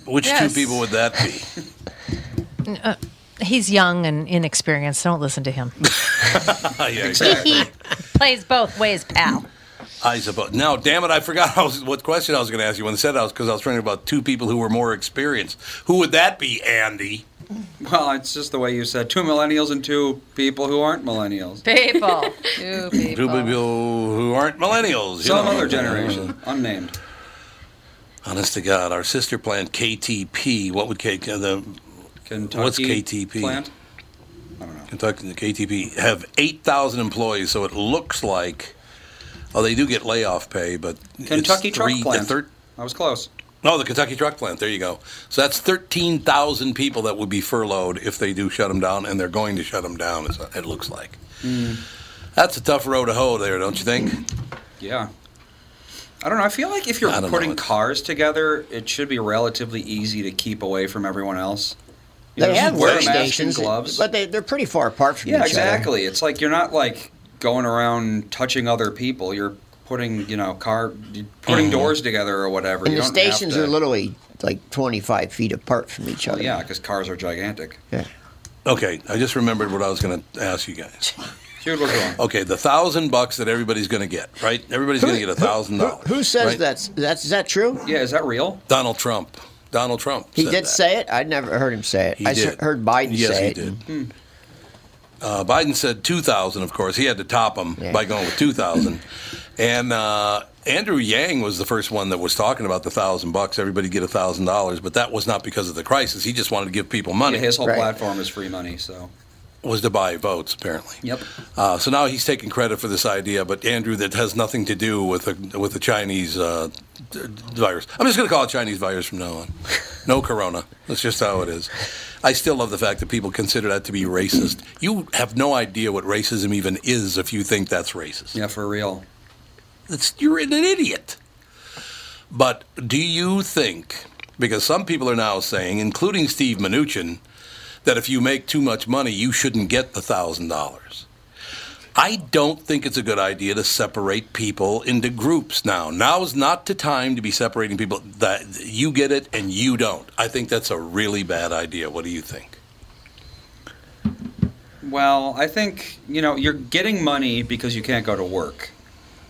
Speaker 1: Which
Speaker 4: Yes.
Speaker 1: two people would that be?
Speaker 4: He's young and inexperienced. Don't listen to him.
Speaker 1: Ah, yeah,
Speaker 3: Exactly.
Speaker 4: Plays both ways, pal.
Speaker 1: I suppose. Now, damn it, I forgot I was, what question I was going to ask you when I said I was because I was trying about two people who were more experienced. Who would that be, Andy?
Speaker 3: well, it's just the way you said two millennials and two people who aren't millennials.
Speaker 4: People.
Speaker 1: Two
Speaker 4: Two
Speaker 1: people
Speaker 4: people.
Speaker 1: who aren't millennials. you
Speaker 3: Some
Speaker 1: know.
Speaker 3: other generation, unnamed.
Speaker 1: Honest to God, our sister plant KTP. What would K, uh, the
Speaker 3: Kentucky
Speaker 1: KTP?
Speaker 3: Plant.
Speaker 1: Kentucky the KTP have eight thousand employees? So it looks like, oh, they do get layoff pay, but it's
Speaker 3: Kentucky truck
Speaker 1: three,
Speaker 3: plant.
Speaker 1: thir-
Speaker 3: I was close.
Speaker 1: no, the Kentucky truck plant. There you go. So that's thirteen thousand people that would be furloughed if they do shut them down, and they're going to shut them down. is- It looks like.
Speaker 2: Hmm.
Speaker 1: That's a tough road to hoe, there, don't you think?
Speaker 3: Yeah. I don't know. I feel like if you're
Speaker 1: I don't know,
Speaker 3: putting
Speaker 1: it's-
Speaker 3: cars together, it should be relatively easy to keep away from everyone else. You
Speaker 2: They
Speaker 3: know,
Speaker 2: have
Speaker 3: just wear a mask and
Speaker 2: workstations,
Speaker 3: gloves.
Speaker 2: but they, they're pretty far apart from each
Speaker 3: yeah,
Speaker 2: other.
Speaker 3: exactly. It's like you're not like going around touching other people. You're putting, you know, car you're putting doors together or
Speaker 2: Mm-hmm.
Speaker 3: whatever.
Speaker 2: And
Speaker 3: You
Speaker 2: the
Speaker 3: don't have
Speaker 2: stations
Speaker 3: to-
Speaker 2: are literally like 25 feet apart from each
Speaker 3: Well,
Speaker 2: other.
Speaker 3: yeah, because cars are gigantic.
Speaker 2: Yeah.
Speaker 1: Okay, I just remembered what I was going to ask you guys.
Speaker 3: Dude, what's wrong?
Speaker 1: Okay, the thousand bucks that everybody's going to get, right? Everybody's going to get a thousand
Speaker 2: Who,
Speaker 1: dollars.
Speaker 2: who says
Speaker 1: right?
Speaker 2: that's that's is that true?
Speaker 3: Yeah, is that real?
Speaker 1: Donald Trump. Donald Trump.
Speaker 2: He
Speaker 1: said
Speaker 2: did
Speaker 1: that.
Speaker 2: say it. I'd never heard him say it.
Speaker 1: He
Speaker 2: I s-
Speaker 1: did.
Speaker 2: heard Biden
Speaker 1: yes,
Speaker 2: say
Speaker 1: he
Speaker 2: it. Hmm.
Speaker 1: did. Uh, Biden said two thousand. Of course, he had to top him
Speaker 2: Yeah.
Speaker 1: by going with two thousand. and uh, Andrew Yang was the first one that was talking about the thousand bucks. Everybody get a thousand dollars, but that was not because of the crisis. He just wanted to give people money.
Speaker 3: Yeah, his whole
Speaker 2: Right.
Speaker 3: platform is free money, so.
Speaker 1: was to buy votes, apparently.
Speaker 3: Yep.
Speaker 1: Uh, so now he's taking credit for this idea, but Andrew, that has nothing to do with the with the Chinese uh, d- d- virus. I'm just going to call it Chinese virus from now on. No corona. That's just how it is. I still love the fact that people consider that to be racist. You have no idea what racism even is if you think that's racist.
Speaker 3: Yeah, for real.
Speaker 1: It's, you're an idiot. But do you think, because some people are now saying, including Steve Mnuchin, that if you make too much money, you shouldn't get the $1,000? I don't think it's a good idea to separate people into groups now. Now's not the time to be separating people that you get it and you don't. I think that's a really bad idea. What do you think?
Speaker 3: Well, I think, you know, you're getting money because you can't go to work.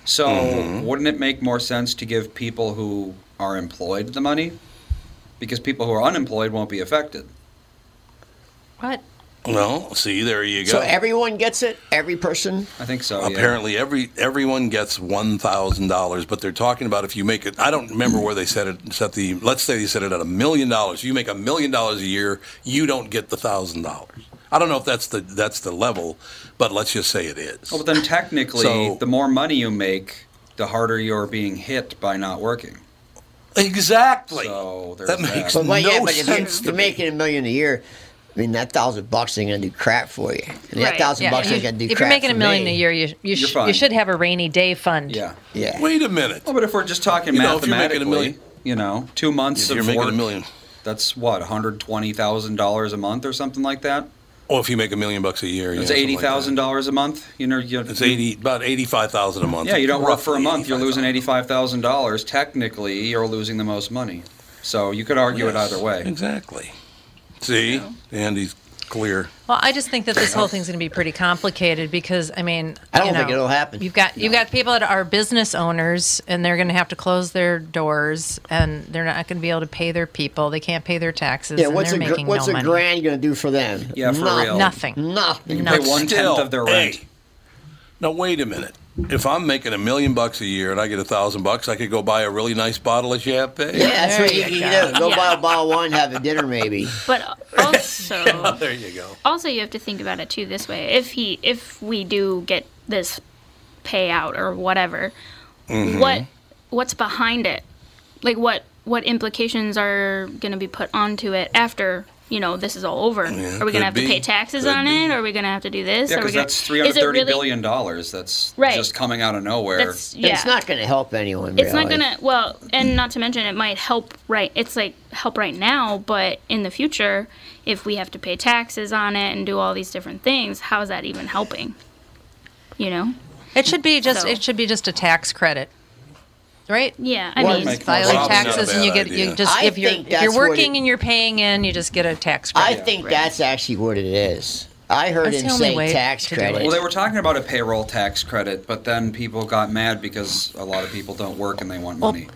Speaker 3: So,
Speaker 1: Mm-hmm.
Speaker 3: wouldn't it make more sense to give people who are employed the money? Because people who are unemployed won't be affected.
Speaker 4: What?
Speaker 1: Well, see, there you go.
Speaker 2: So everyone gets it. Every person.
Speaker 3: I think so. yeah.
Speaker 1: Apparently, every everyone gets one thousand dollars, but they're talking about if you make it. I don't remember where they said it. Set the let's say they said it at a million dollars. You make a million dollars a year, you don't get the thousand dollars. I don't know if that's the that's the level, but let's just say it is.
Speaker 3: Well, Oh, but then technically,
Speaker 1: So-
Speaker 3: the more money you make, the harder you're being hit by not working.
Speaker 1: exactly.
Speaker 3: So, there's
Speaker 1: that
Speaker 3: that.
Speaker 1: makes
Speaker 2: But
Speaker 1: no
Speaker 2: well, yeah, but if
Speaker 1: sense.
Speaker 2: you're,
Speaker 1: to
Speaker 2: you're
Speaker 1: me.
Speaker 2: making a million a year, I mean that thousand bucks ain't gonna do crap for you. And that
Speaker 5: Right.
Speaker 2: thousand bucks
Speaker 4: you-
Speaker 2: ain't gonna do
Speaker 4: if
Speaker 2: crap
Speaker 4: you're making a
Speaker 2: for
Speaker 4: million
Speaker 2: me.
Speaker 4: a year, you you, sh-
Speaker 3: fine.
Speaker 4: you should have a rainy day fund.
Speaker 3: Yeah.
Speaker 2: Yeah.
Speaker 1: Wait a minute.
Speaker 3: Well, Oh, but if we're just talking
Speaker 1: You know, if you're
Speaker 3: mathematically,
Speaker 1: making a million-
Speaker 3: You know, two months
Speaker 1: If
Speaker 3: of
Speaker 1: you're making a
Speaker 3: work,
Speaker 1: million.
Speaker 3: That's what hundred twenty thousand dollars a month or something like that.
Speaker 1: Well, oh, if you make a million bucks a year,
Speaker 3: It's
Speaker 1: yeah, something
Speaker 3: eighty
Speaker 1: like that.
Speaker 3: thousand dollars a month. You know, you,
Speaker 1: It's eighty, about eighty-five thousand a month.
Speaker 3: Yeah, you don't work for a
Speaker 1: Roughly
Speaker 3: month. You're losing eighty-five thousand dollars. Technically, you're losing the most money. So you could argue
Speaker 1: Yes,
Speaker 3: it either way.
Speaker 1: Exactly. See, Andy's clear.
Speaker 4: Well, I just think that this whole thing's going to be pretty complicated because I mean,
Speaker 2: I don't
Speaker 4: you know,
Speaker 2: think it'll happen.
Speaker 4: You've got you've got people that are business owners and they're going to have to close their doors and they're not going to be able to pay their people. They can't pay their taxes.
Speaker 2: Yeah,
Speaker 4: and
Speaker 2: what's
Speaker 4: they're
Speaker 2: a gr-
Speaker 4: making
Speaker 2: what's
Speaker 4: no
Speaker 2: a
Speaker 4: money.
Speaker 2: grand Hmm? going to do for them?
Speaker 3: Yeah, for
Speaker 2: Nothing.
Speaker 3: real.
Speaker 4: Nothing.
Speaker 2: Nothing.
Speaker 3: You can pay
Speaker 2: Nothing.
Speaker 3: one tenth of their rent.
Speaker 1: Hey, now wait a minute. If I'm making a million bucks a year and I get a thousand bucks, I could go buy a really nice bottle of champagne.
Speaker 2: Yeah, that's
Speaker 4: There
Speaker 2: what you,
Speaker 4: you
Speaker 2: you
Speaker 4: go.
Speaker 2: do. Go buy a bottle of wine, have a dinner, maybe.
Speaker 5: But also,
Speaker 1: There you go.
Speaker 5: also you have to think about it too this way if he if we do get this payout or whatever
Speaker 3: Mm-hmm.
Speaker 5: what what's behind it like what what implications are going to be put onto it after you know this is all over are we
Speaker 1: could
Speaker 5: going to have
Speaker 1: be.
Speaker 5: to pay taxes
Speaker 1: Could
Speaker 5: on
Speaker 1: be.
Speaker 5: it are we going to have to do this
Speaker 3: Yeah,
Speaker 5: Are we
Speaker 3: because
Speaker 5: gonna-
Speaker 3: that's
Speaker 5: is it
Speaker 3: three hundred thirty billion
Speaker 5: really-
Speaker 3: dollars. That's
Speaker 5: Right.
Speaker 3: just coming out of nowhere.
Speaker 5: that's yeah
Speaker 2: It's not going to help anyone.
Speaker 5: it's not
Speaker 2: really.
Speaker 5: gonna well and not to mention it might help right it's like help right now but in the future if we have to pay taxes on it and do all these different things how is that even helping you know
Speaker 4: It should be just
Speaker 5: So-
Speaker 4: it should be just a tax credit, right?
Speaker 5: yeah i
Speaker 2: Well,
Speaker 5: mean
Speaker 2: make
Speaker 4: File your
Speaker 1: Probably not a
Speaker 4: taxes and
Speaker 1: bad
Speaker 4: you get
Speaker 1: idea.
Speaker 4: you just
Speaker 2: I
Speaker 4: if you're
Speaker 2: think
Speaker 4: if you're
Speaker 2: that's what
Speaker 4: working
Speaker 2: it-
Speaker 4: and you're paying in, you just get a tax
Speaker 2: I
Speaker 4: credit.
Speaker 2: think that's actually what it is. I heard
Speaker 4: That's
Speaker 2: him
Speaker 4: the only
Speaker 2: say
Speaker 4: way
Speaker 2: tax
Speaker 4: to do
Speaker 2: credit.
Speaker 4: it.
Speaker 3: well, they were talking about a payroll tax credit, but then people got mad because a lot of people don't work and they want money.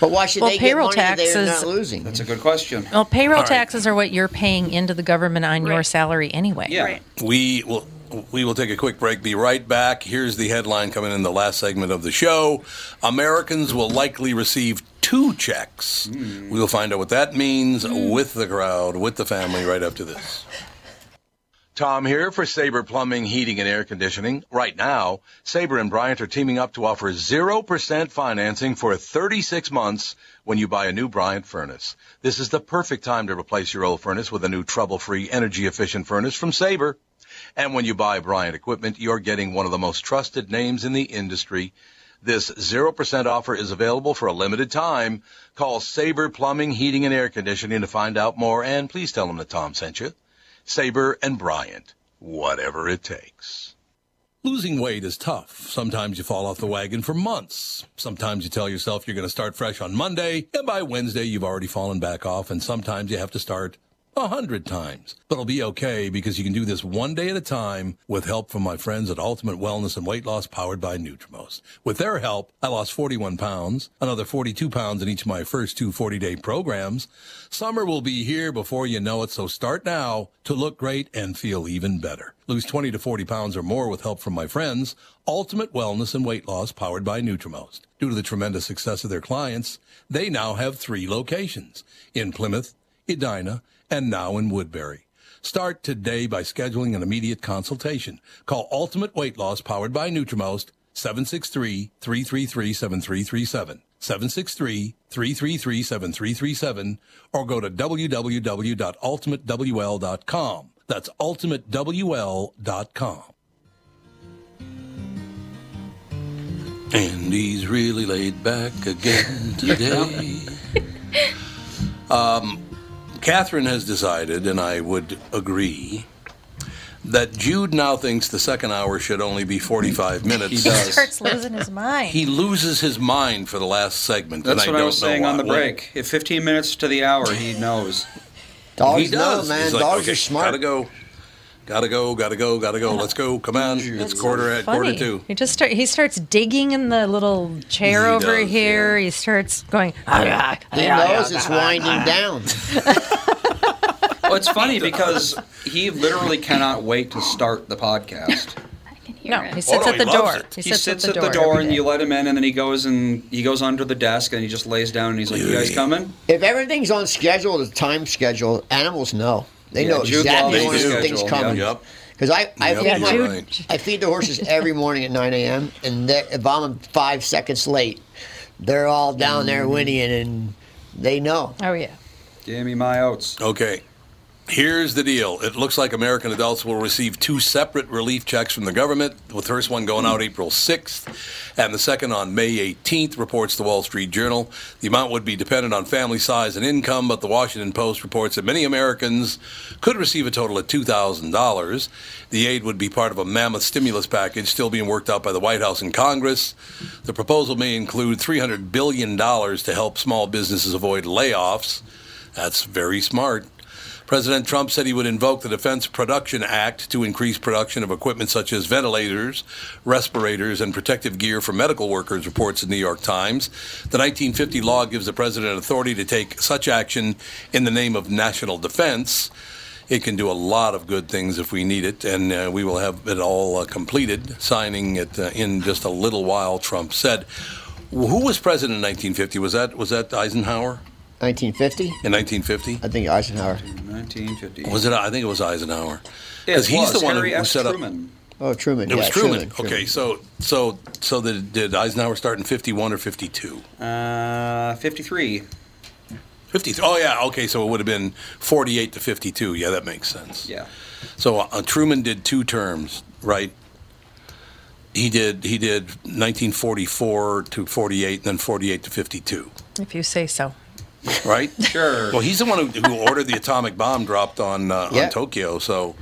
Speaker 2: But why should
Speaker 4: Well,
Speaker 2: they get
Speaker 4: payroll
Speaker 2: money if they're
Speaker 4: taxes-
Speaker 2: not losing?
Speaker 3: That's a good question.
Speaker 4: well, payroll
Speaker 1: All right.
Speaker 4: taxes are what you're paying into the government on your
Speaker 5: Right.
Speaker 4: salary anyway.
Speaker 3: Yeah.
Speaker 5: Right.
Speaker 1: We will. We will take a quick break. Be right back. Here's the headline coming in the last segment of the show: Americans will likely receive two checks.
Speaker 3: Hmm.
Speaker 1: We will find out what that means with the crowd, with the family, right after this. Tom here for Sabre Plumbing, Heating, and Air Conditioning. Right now, Sabre and Bryant are teaming up to offer 0% financing for 36 months when you buy a new Bryant furnace. This is the perfect time to replace your old furnace with a new trouble free, energy efficient furnace from Sabre. And when you buy Bryant equipment, you're getting one of the most trusted names in the industry. This 0% offer is available for a limited time. Call Sabre Plumbing, Heating, and Air Conditioning to find out more, and please tell them that Tom sent you. Saber and Bryant, whatever it takes. Losing weight is tough. Sometimes you fall off the wagon for months. Sometimes you tell yourself you're going to start fresh on Monday, and by Wednesday you've already fallen back off, and sometimes you have to start a hundred times. But it'll be okay because you can do this one day at a time with help from my friends at Ultimate Wellness and Weight Loss powered by Nutrimost. With their help, I lost 41 pounds, another 42 pounds in each of my first two 40 day programs. Summer will be here before you know it, so start now to look great and feel even better. Lose 20 to 40 pounds or more with help from my friends. Ultimate Wellness and Weight Loss powered by Nutrimost. Due to the tremendous success of their clients, they now have three locations in Plymouth, Edina, and now in Woodbury. Start today by scheduling an immediate consultation. Call Ultimate Weight Loss powered by Nutrimost 763-333-7337. 763-333-7337 or go to www.ultimatewl.com. That's ultimatewl.com. And he's really laid back again today. Um, Catherine has decided, and I would agree, that Jude now thinks the second hour should only be 45 minutes.
Speaker 3: He does.
Speaker 4: Starts losing his mind.
Speaker 1: He loses his mind for the last segment.
Speaker 3: That's
Speaker 1: and
Speaker 3: what I,
Speaker 1: don't
Speaker 3: was
Speaker 1: know
Speaker 3: saying on
Speaker 1: why.
Speaker 3: the break. If fifteen minutes to the hour, he knows.
Speaker 1: Well,
Speaker 2: Dogs
Speaker 1: he does.
Speaker 2: know, man.
Speaker 1: He's like,
Speaker 2: Dogs
Speaker 1: okay,
Speaker 2: are smart.
Speaker 1: Gotta go. Gotta go. Gotta go. Gotta go. Let's go. Come on. It's quarter at quarter
Speaker 4: Funny.
Speaker 1: two.
Speaker 4: He just start, he starts digging in the little chair
Speaker 1: He
Speaker 4: over
Speaker 1: does,
Speaker 4: here.
Speaker 1: yeah.
Speaker 4: He starts going. "Ah,
Speaker 2: He knows it's winding down.
Speaker 3: Well, it's funny because he literally cannot wait to start the podcast.
Speaker 5: i can hear
Speaker 4: No,
Speaker 5: it
Speaker 4: he sits
Speaker 1: no,
Speaker 4: at the
Speaker 1: he loves
Speaker 4: door.
Speaker 1: it.
Speaker 4: He
Speaker 3: He sits, at the door,
Speaker 4: every
Speaker 3: and
Speaker 4: day.
Speaker 3: you let him in, and then he goes and he goes under the desk and he just lays down and he's like, "You guys coming?"
Speaker 2: If everything's on schedule, the time schedule, animals know. They
Speaker 3: Yeah,
Speaker 2: know
Speaker 3: Jude
Speaker 2: exactly
Speaker 3: Law
Speaker 2: when
Speaker 3: is on
Speaker 2: things
Speaker 3: schedule,
Speaker 2: coming.
Speaker 3: yeah.
Speaker 1: Yep.
Speaker 2: Because I, I,
Speaker 1: Yep,
Speaker 2: feed
Speaker 1: you're
Speaker 2: my-
Speaker 1: right.
Speaker 2: I feed the horses every morning at 9 a.m. And they- if I'm five seconds late, they're all
Speaker 1: Mm.
Speaker 2: down there whinnying and they know.
Speaker 4: Oh yeah.
Speaker 3: Give me my oats.
Speaker 1: Okay. Here's the deal. It looks like American adults will receive two separate relief checks from the government, the first one going out April 6th and the second on May 18th, reports the Wall Street Journal. The amount would be dependent on family size and income, but the Washington Post reports that many Americans could receive a total of $2,000. The aid would be part of a mammoth stimulus package still being worked out by the White House and Congress. The proposal may include $300 billion to help small businesses avoid layoffs. That's very smart. President Trump said he would invoke the Defense Production Act to increase production of equipment such as ventilators, respirators, and protective gear for medical workers, reports the New York Times. The 1950 law gives the president authority to take such action in the name of national defense. It can do a lot of good things if we need it, and uh, we will have it all uh, completed, signing it uh, in just a little while, Trump said. Who was president in 1950? Was that, was that Eisenhower?
Speaker 2: 1950?
Speaker 1: In 1950?
Speaker 2: I think Eisenhower.
Speaker 3: 1950.
Speaker 1: Was it? I think it was Eisenhower.
Speaker 3: Yeah,
Speaker 1: Because
Speaker 3: it
Speaker 1: he's
Speaker 3: was.
Speaker 1: the one
Speaker 3: Harry
Speaker 1: who
Speaker 3: F.
Speaker 1: set up.
Speaker 3: Truman.
Speaker 2: Oh, Truman.
Speaker 1: It was
Speaker 2: yeah,
Speaker 1: Truman. Okay, so so so did, did Eisenhower start in fifty one or fifty two?
Speaker 3: Uh, 53.
Speaker 1: Fifty three. Oh yeah. Okay, so it would have been forty eight to fifty two. Yeah, that makes sense.
Speaker 3: Yeah.
Speaker 1: So uh, Truman did two terms, right? He did. He did nineteen forty four to forty eight, and then forty eight to fifty two.
Speaker 4: if you say so.
Speaker 1: Right.
Speaker 3: Sure.
Speaker 1: Well, he's the one who, who ordered the atomic bomb dropped on uh,
Speaker 2: Yeah.
Speaker 1: on Tokyo, so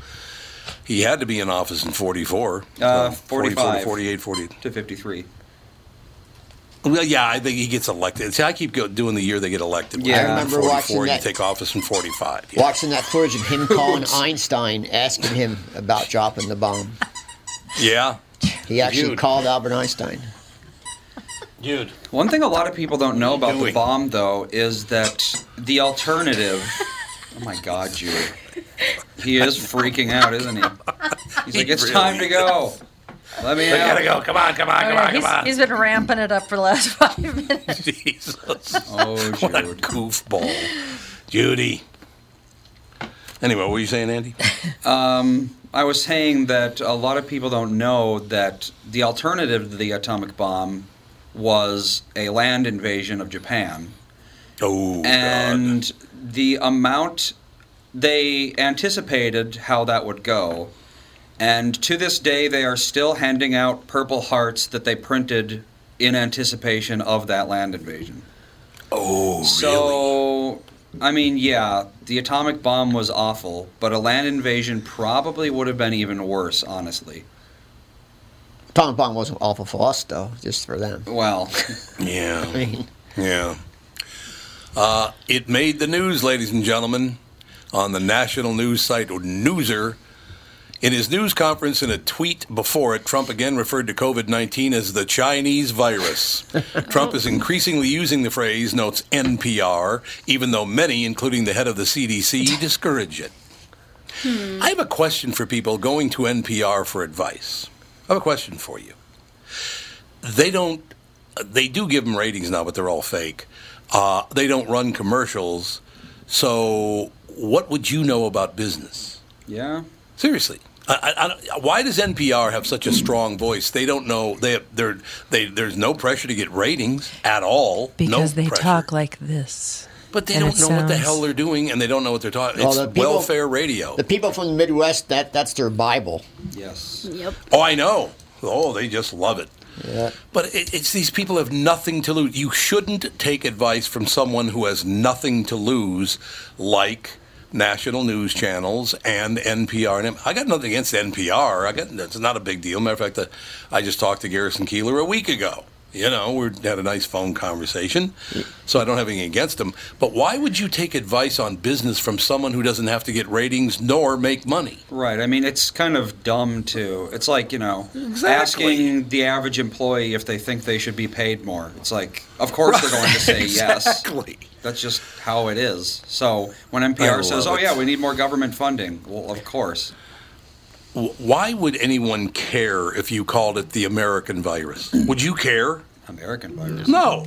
Speaker 1: he had to be in office in 44.
Speaker 3: Uh,
Speaker 1: So,
Speaker 3: 45.
Speaker 1: 48, 48.
Speaker 3: to 53.
Speaker 1: Well, yeah, I think he gets elected. See, I keep go, doing the year they get elected.
Speaker 3: Yeah. I
Speaker 2: remember
Speaker 1: 44,
Speaker 2: watching
Speaker 1: you
Speaker 2: that.
Speaker 1: take office in 45. Yeah.
Speaker 2: Watching that footage of him calling Einstein, asking him about dropping the bomb.
Speaker 1: Yeah.
Speaker 2: He actually
Speaker 1: Dude.
Speaker 2: called Albert Einstein.
Speaker 1: Dude.
Speaker 3: One thing a lot of people don't know about the
Speaker 1: doing?
Speaker 3: bomb, though, is that the alternative. oh my God, Jude. He is freaking out, isn't he? He's like, it's
Speaker 1: really
Speaker 3: time to go. Let me out.
Speaker 1: go. Come on, come on, come on, Oh, come on.
Speaker 4: Oh, he's been ramping it up for the last five minutes.
Speaker 1: Jesus.
Speaker 3: Oh,
Speaker 1: What a
Speaker 3: Jude.
Speaker 1: goofball. Judy. Anyway, what were you saying, Andy?
Speaker 3: I was saying that a lot of people don't know that the alternative to the atomic bomb was a land invasion of Japan.
Speaker 1: Oh, God.
Speaker 3: and the amount they anticipated how that would go and to this day they are still handing out purple hearts that they printed in anticipation of that land invasion
Speaker 1: Oh, really?
Speaker 3: so i mean yeah the atomic bomb was awful but a land invasion probably would have been even worse honestly
Speaker 2: Tom Bomb wasn't awful for us, though, just for them.
Speaker 3: well
Speaker 1: Yeah.
Speaker 2: I mean,
Speaker 1: Yeah. Uh, it made the news, ladies and gentlemen, on the national news site Newser. In his news conference and a tweet before it, Trump again referred to COVID 19 as the Chinese virus. Trump is increasingly using the phrase, notes NPR, even though many, including the head of the CDC, discourage it. I have a question for people going to NPR for advice. I have a question for you. They don't, they do give them ratings now, but they're all fake. Uh, they don't run commercials. So, what would you know about business?
Speaker 3: yeah
Speaker 1: Seriously. I, I, I, don't- why does NPR have such a strong voice? They don't know. They they're, they there's no pressure to get ratings at all.
Speaker 4: Because
Speaker 1: no
Speaker 4: they
Speaker 1: pressure.
Speaker 4: talk like this.
Speaker 1: but they
Speaker 4: and
Speaker 1: don't know
Speaker 4: it
Speaker 1: what the
Speaker 4: sounds-
Speaker 1: hell they're doing, and they don't know what they're talking.
Speaker 2: Well,
Speaker 1: It's
Speaker 2: the people-
Speaker 1: welfare radio.
Speaker 2: the people from the Midwest, that, that's their Bible.
Speaker 3: yes
Speaker 5: Yep.
Speaker 1: oh, I know. Oh, they just love it.
Speaker 2: Yeah.
Speaker 1: But it, it's these people have nothing to lose. You shouldn't take advice from someone who has nothing to lose, like national news channels and NPR. And I got nothing against NPR. I got it's not a big deal. Matter of fact, uh, I, I just talked to Garrison Keeler a week ago. You know, we had a nice phone conversation, so I don't have anything against him. But why would you take advice on business from someone who doesn't have to get ratings nor make money?
Speaker 3: Right. I mean, it's kind of dumb too. It's like you know, asking the average employee if they think they should be paid more. It's like, of course they're going to say yes.
Speaker 1: Exactly.
Speaker 3: That's just how it is. So when
Speaker 1: I
Speaker 3: NPR says, "Oh
Speaker 1: love it.
Speaker 3: yeah, we need more government funding," well, of course.
Speaker 1: W- Why would anyone care if you called it the American virus? Would you care?
Speaker 3: American
Speaker 1: Mm.
Speaker 3: virus.
Speaker 1: No.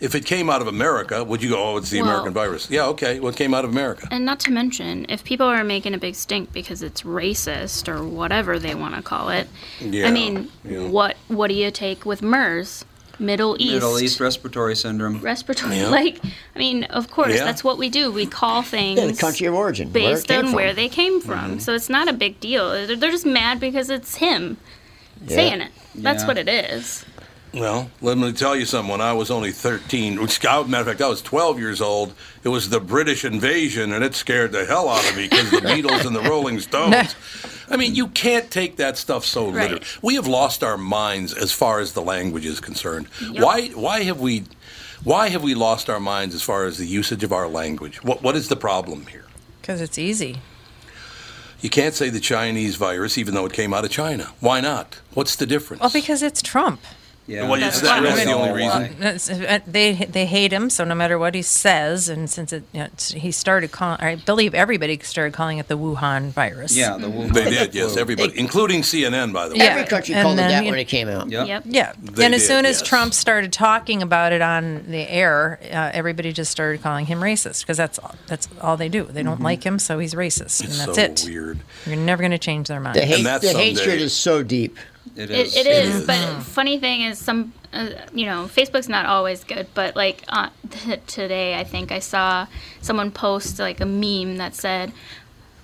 Speaker 1: If it came out of America, would you go, oh, it's the
Speaker 5: Well-
Speaker 1: American virus? Yeah, okay. Well, it came out of America.
Speaker 5: And not to mention, if people are making a big stink because it's racist or whatever they want to call it,
Speaker 1: Yeah,
Speaker 5: I mean,
Speaker 1: yeah.
Speaker 5: what what do you take with MERS? Middle East.
Speaker 3: Middle East respiratory syndrome.
Speaker 5: Respiratory,
Speaker 3: Yeah.
Speaker 5: like, I mean, of course,
Speaker 3: Yeah.
Speaker 5: that's what we do. We call things
Speaker 2: Yeah, the country of origin, where it
Speaker 5: based
Speaker 2: came
Speaker 5: on
Speaker 2: from. Mm-hmm.
Speaker 5: where they came from. So it's not a big deal. They're they're just mad because it's him
Speaker 1: Yeah.
Speaker 5: saying it. That's
Speaker 1: Yeah.
Speaker 5: what it is.
Speaker 1: Well, let me tell you something. When I was only 13, which, I- matter of fact, I was 12 years old, it was the British invasion, and it scared the hell out of me because the Beatles and the Rolling Stones. I mean, you can't take that stuff so
Speaker 10: Right.
Speaker 1: literally. We have lost our minds as far as the language is concerned.
Speaker 10: Yep.
Speaker 1: Why? Why have we? Why have we lost our minds as far as the usage of our language? What What is the problem here?
Speaker 4: Because it's easy.
Speaker 1: You can't say the Chinese virus, even though it came out of China. Why not? What's the difference?
Speaker 4: Well, because it's Trump.
Speaker 1: Yeah, well,
Speaker 10: That's
Speaker 1: it's that,
Speaker 10: why.
Speaker 1: that's the only
Speaker 10: Well,
Speaker 1: reason.
Speaker 4: That's- uh, They they hate him, so no matter what he says, and since it, you know, it's- he started calling, I believe everybody started calling it the Wuhan virus.
Speaker 1: Yeah, the They did, yes, everybody, including CNN, by the way.
Speaker 4: Yeah, Every country and called it then that you- when it
Speaker 2: came out.
Speaker 4: Yep. Yeah.
Speaker 1: They
Speaker 4: and as
Speaker 1: did,
Speaker 4: soon as
Speaker 1: yes.
Speaker 4: Trump started talking about it on the air, uh, everybody just started calling him racist because that's all- that's all they do. They don't
Speaker 2: Mhm.
Speaker 4: like him, so he's racist, and
Speaker 2: It's
Speaker 4: that's
Speaker 2: so
Speaker 4: it.
Speaker 1: Mm-hmm. Weird.
Speaker 4: You're never going to change their mind.
Speaker 2: The, hate, the hatred is so deep.
Speaker 5: It, it is, but funny thing is, some uh, you know, Facebook's not always good. But like uh, today, I think I saw someone post like a meme that said,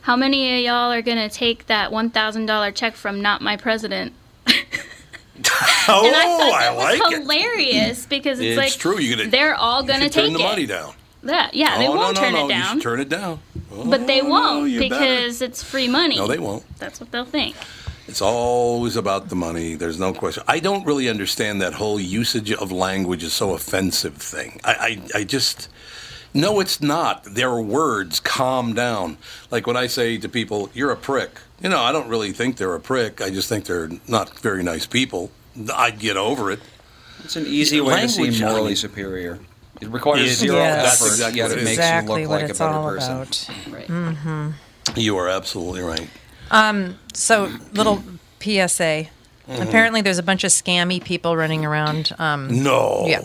Speaker 5: "How many of y'all are gonna take that one thousand dollar check from not my president?"
Speaker 1: Oh,
Speaker 5: and I thought
Speaker 1: I
Speaker 5: that was
Speaker 1: like it.
Speaker 5: hilarious because it's,
Speaker 1: It's
Speaker 5: like
Speaker 1: true, you gotta-
Speaker 5: they're all
Speaker 1: You
Speaker 5: gonna
Speaker 1: should
Speaker 5: take
Speaker 1: turn the
Speaker 5: it.
Speaker 1: money down.
Speaker 5: That- yeah, they
Speaker 1: Oh, no,
Speaker 5: won't
Speaker 1: no,
Speaker 5: turn
Speaker 1: no,
Speaker 5: it
Speaker 1: You
Speaker 5: down,
Speaker 1: should turn it down. Oh,
Speaker 5: but they won't
Speaker 1: you better.
Speaker 5: because it's free money.
Speaker 1: No, they won't.
Speaker 5: That's what they'll think.
Speaker 1: It's always about the money. There's no question. I don't really understand that whole usage of language is so offensive thing. I, I, I just. No, it's not. Their words calm down. Like when I say to people, you're a prick. You know, I don't really think they're a prick. I just think they're not very nice people. I'd get over it.
Speaker 3: It's an easy way to
Speaker 1: Language,
Speaker 3: seem
Speaker 1: I
Speaker 3: morally
Speaker 1: mean-
Speaker 3: superior. It requires
Speaker 1: Yes.
Speaker 3: zero
Speaker 1: Yes.
Speaker 3: effort,
Speaker 1: That's exactly
Speaker 3: yet
Speaker 1: what
Speaker 3: it
Speaker 1: it
Speaker 3: makes
Speaker 1: is.
Speaker 4: exactly
Speaker 3: you look
Speaker 4: what
Speaker 3: like a
Speaker 4: it's
Speaker 3: better
Speaker 4: all
Speaker 3: person.
Speaker 4: about. hmm
Speaker 1: You are absolutely right.
Speaker 4: Um, so little PSA.
Speaker 1: Mhm.
Speaker 4: Apparently, there's a bunch of scammy people running around. Um,
Speaker 1: No.
Speaker 4: Yeah.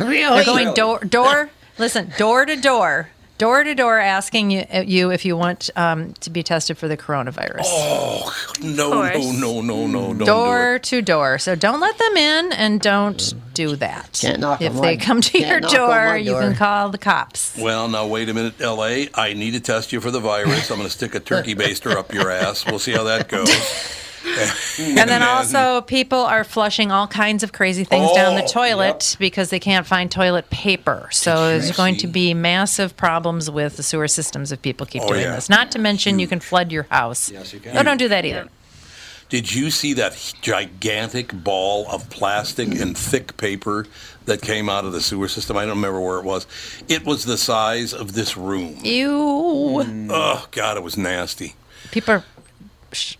Speaker 4: Uh,
Speaker 1: Really?
Speaker 4: They're going door door. listen, door to door, door to door, asking you, uh, you if you want um, to be tested for the coronavirus.
Speaker 1: Oh no, no, no, no, no, no.
Speaker 4: door to door. So don't let them in, and don't do that.
Speaker 1: Can't knock
Speaker 4: if
Speaker 1: on
Speaker 4: they
Speaker 1: one-
Speaker 4: come to
Speaker 1: can't
Speaker 4: your
Speaker 1: knock on
Speaker 4: door,
Speaker 1: one
Speaker 4: you
Speaker 1: door.
Speaker 4: can call the cops.
Speaker 1: Well, now wait a minute, L.A. I need to test you for the virus. I'm going to stick a turkey baster up your ass. We'll see how that goes.
Speaker 4: And then also, people are flushing all kinds of crazy things down the
Speaker 1: Oh,
Speaker 4: toilet because they can't find toilet paper. So there's going to be massive problems with the sewer systems if people keep
Speaker 1: Oh,
Speaker 4: doing
Speaker 1: yeah.
Speaker 4: this. Not to mention, you can flood your house. Yes, you
Speaker 1: can.
Speaker 4: No, don't do that either.
Speaker 1: Did you see that gigantic ball of plastic and thick paper that came out of the sewer system? I don't remember where it was. It was the size of this room.
Speaker 4: Ew.
Speaker 1: Oh God, it was nasty.
Speaker 4: People are sh-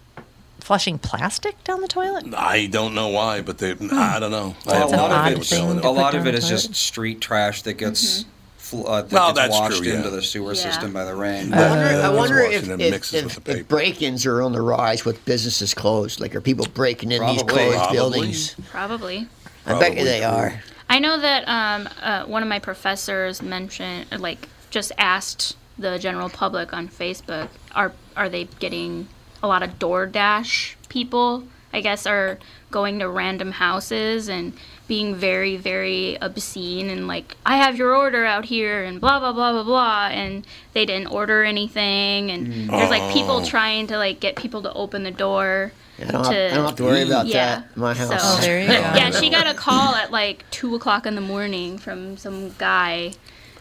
Speaker 4: flushing plastic down the toilet?
Speaker 1: I don't know why, but they,
Speaker 2: Hmm.
Speaker 1: I don't know. I
Speaker 3: Well,
Speaker 1: have
Speaker 3: a
Speaker 1: no
Speaker 3: lot
Speaker 1: idea
Speaker 3: of
Speaker 1: what's
Speaker 3: it's,
Speaker 1: going on.
Speaker 3: a lot of it is just street trash that
Speaker 4: Mm-hmm.
Speaker 3: gets fl- uh, that
Speaker 1: Well,
Speaker 3: gets
Speaker 1: that's
Speaker 3: washed
Speaker 1: true, yeah.
Speaker 3: into the sewer
Speaker 1: Yeah.
Speaker 3: system by the rain.
Speaker 1: Uh,
Speaker 4: Uh-huh.
Speaker 2: I wonder, I wonder
Speaker 1: washing
Speaker 2: if,
Speaker 1: and
Speaker 2: if,
Speaker 1: mixes
Speaker 2: if, if break-ins are on the rise with businesses closed. Like, are people breaking in these
Speaker 1: Probably.
Speaker 2: closed
Speaker 1: Probably.
Speaker 2: buildings?
Speaker 5: Probably.
Speaker 2: I bet you they are.
Speaker 5: I know that um, uh, one of my professors mentioned, like, just asked the general public on Facebook, are are they getting a lot of DoorDash people? I guess are going to random houses and being very very obscene and like I have your order out here and blah blah blah blah blah and they didn't order anything and
Speaker 2: Mm.
Speaker 5: there's like people
Speaker 2: Oh.
Speaker 5: trying to like get people to open the door.
Speaker 2: I don't, have, I don't have to worry about
Speaker 5: Yeah.
Speaker 2: that. in My house.
Speaker 5: So- but, Yeah, she got a call at like two o'clock in the morning from some guy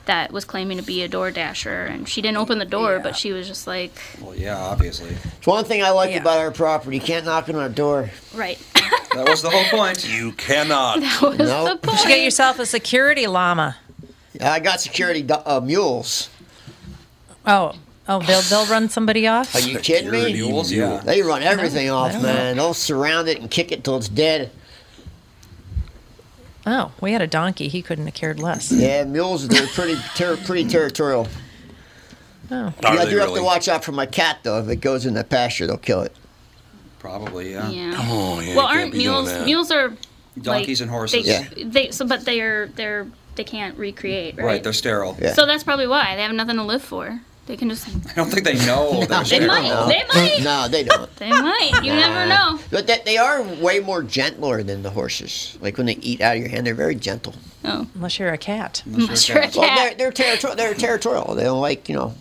Speaker 5: that was claiming to be a door dasher, and she didn't open the door, but she was just like,
Speaker 3: Well, yeah, obviously.
Speaker 2: It's one thing I like about our property. You can't knock on our door.
Speaker 5: right.
Speaker 3: That was the whole point.
Speaker 1: You cannot.
Speaker 5: That was
Speaker 2: Nope.
Speaker 5: the point.
Speaker 4: You should get yourself a security llama.
Speaker 2: I got security do- uh, mules.
Speaker 4: Oh, oh, they'll they'll run somebody off.
Speaker 2: Are you kidding me?
Speaker 1: Security mules, yeah.
Speaker 2: They run everything
Speaker 4: No, I
Speaker 2: off,
Speaker 4: don't
Speaker 2: man. They'll surround it and kick it till it's dead.
Speaker 4: Oh, we had a donkey. He couldn't have cared less.
Speaker 2: Yeah, mules they're pretty ter- pretty territorial.
Speaker 4: Oh.
Speaker 2: Yeah, I do have to watch out for my cat though. If it goes in the pasture, they'll kill it.
Speaker 3: Probably, yeah.
Speaker 5: Yeah.
Speaker 1: Oh, yeah.
Speaker 5: well, aren't mules mules are
Speaker 3: Donkeys and horses.
Speaker 5: They, they so but they're they're they can't recreate, right?
Speaker 3: Right, they're sterile.
Speaker 5: So that's probably why they have nothing to live for. They can just.
Speaker 3: I don't think they know. that
Speaker 5: They
Speaker 3: it's
Speaker 5: might.
Speaker 3: there.
Speaker 5: They might.
Speaker 2: No, they don't.
Speaker 5: They might. You never know.
Speaker 2: But they, they are way more gentler than the horses. Like when they eat out of your hand, they're very gentle.
Speaker 5: Oh,
Speaker 4: Unless you're a cat.
Speaker 5: I'm sure a
Speaker 2: Well, they're,
Speaker 5: cat.
Speaker 2: they're, territorial. they're territorial. They don't like, you know,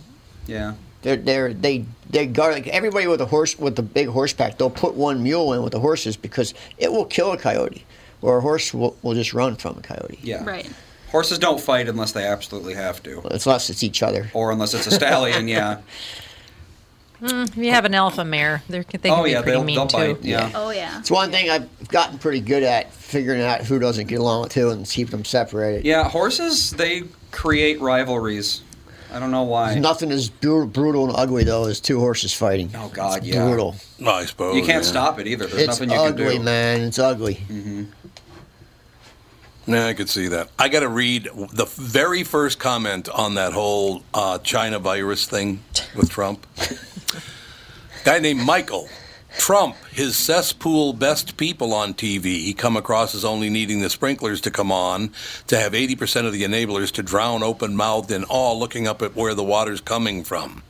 Speaker 3: Yeah.
Speaker 2: they're, they're, they, they guard, like everybody with a horse, with the big horse pack, they'll put one mule in with the horses because it will kill a coyote or a horse will, will just run from a coyote.
Speaker 3: Yeah.
Speaker 5: Right.
Speaker 3: Horses don't fight unless they absolutely have to,
Speaker 2: It's less it's each other.
Speaker 3: or unless it's a stallion. Yeah.
Speaker 4: If you have an alpha mare, they're, they can
Speaker 3: Oh
Speaker 4: be
Speaker 3: yeah,
Speaker 4: pretty
Speaker 3: they'll,
Speaker 4: mean
Speaker 3: they'll
Speaker 4: too.
Speaker 3: bite. Yeah.
Speaker 5: Oh yeah.
Speaker 2: It's one thing I've gotten pretty good at figuring out who doesn't get along with who and keep them separated.
Speaker 3: Yeah. Horses they create rivalries. I don't know why.
Speaker 2: Nothing is bu- brutal and ugly though as two horses fighting.
Speaker 3: Oh, God,
Speaker 2: it's
Speaker 3: yeah.
Speaker 2: brutal.
Speaker 1: No, I suppose.
Speaker 4: Oh,
Speaker 3: you can't
Speaker 1: yeah.
Speaker 3: stop it either. There's
Speaker 2: it's
Speaker 3: nothing you
Speaker 2: ugly,
Speaker 3: can do. Mm-hmm.
Speaker 2: man. It's ugly.
Speaker 1: Yeah, I could see that. I got to read the very first comment on that whole uh, China virus thing with Trump. Guy named Michael. Trump, his cesspool best people on TV, come across as only needing the sprinklers to come on to have 80% of the enablers to drown open mouthed in awe looking up at where the water's coming from.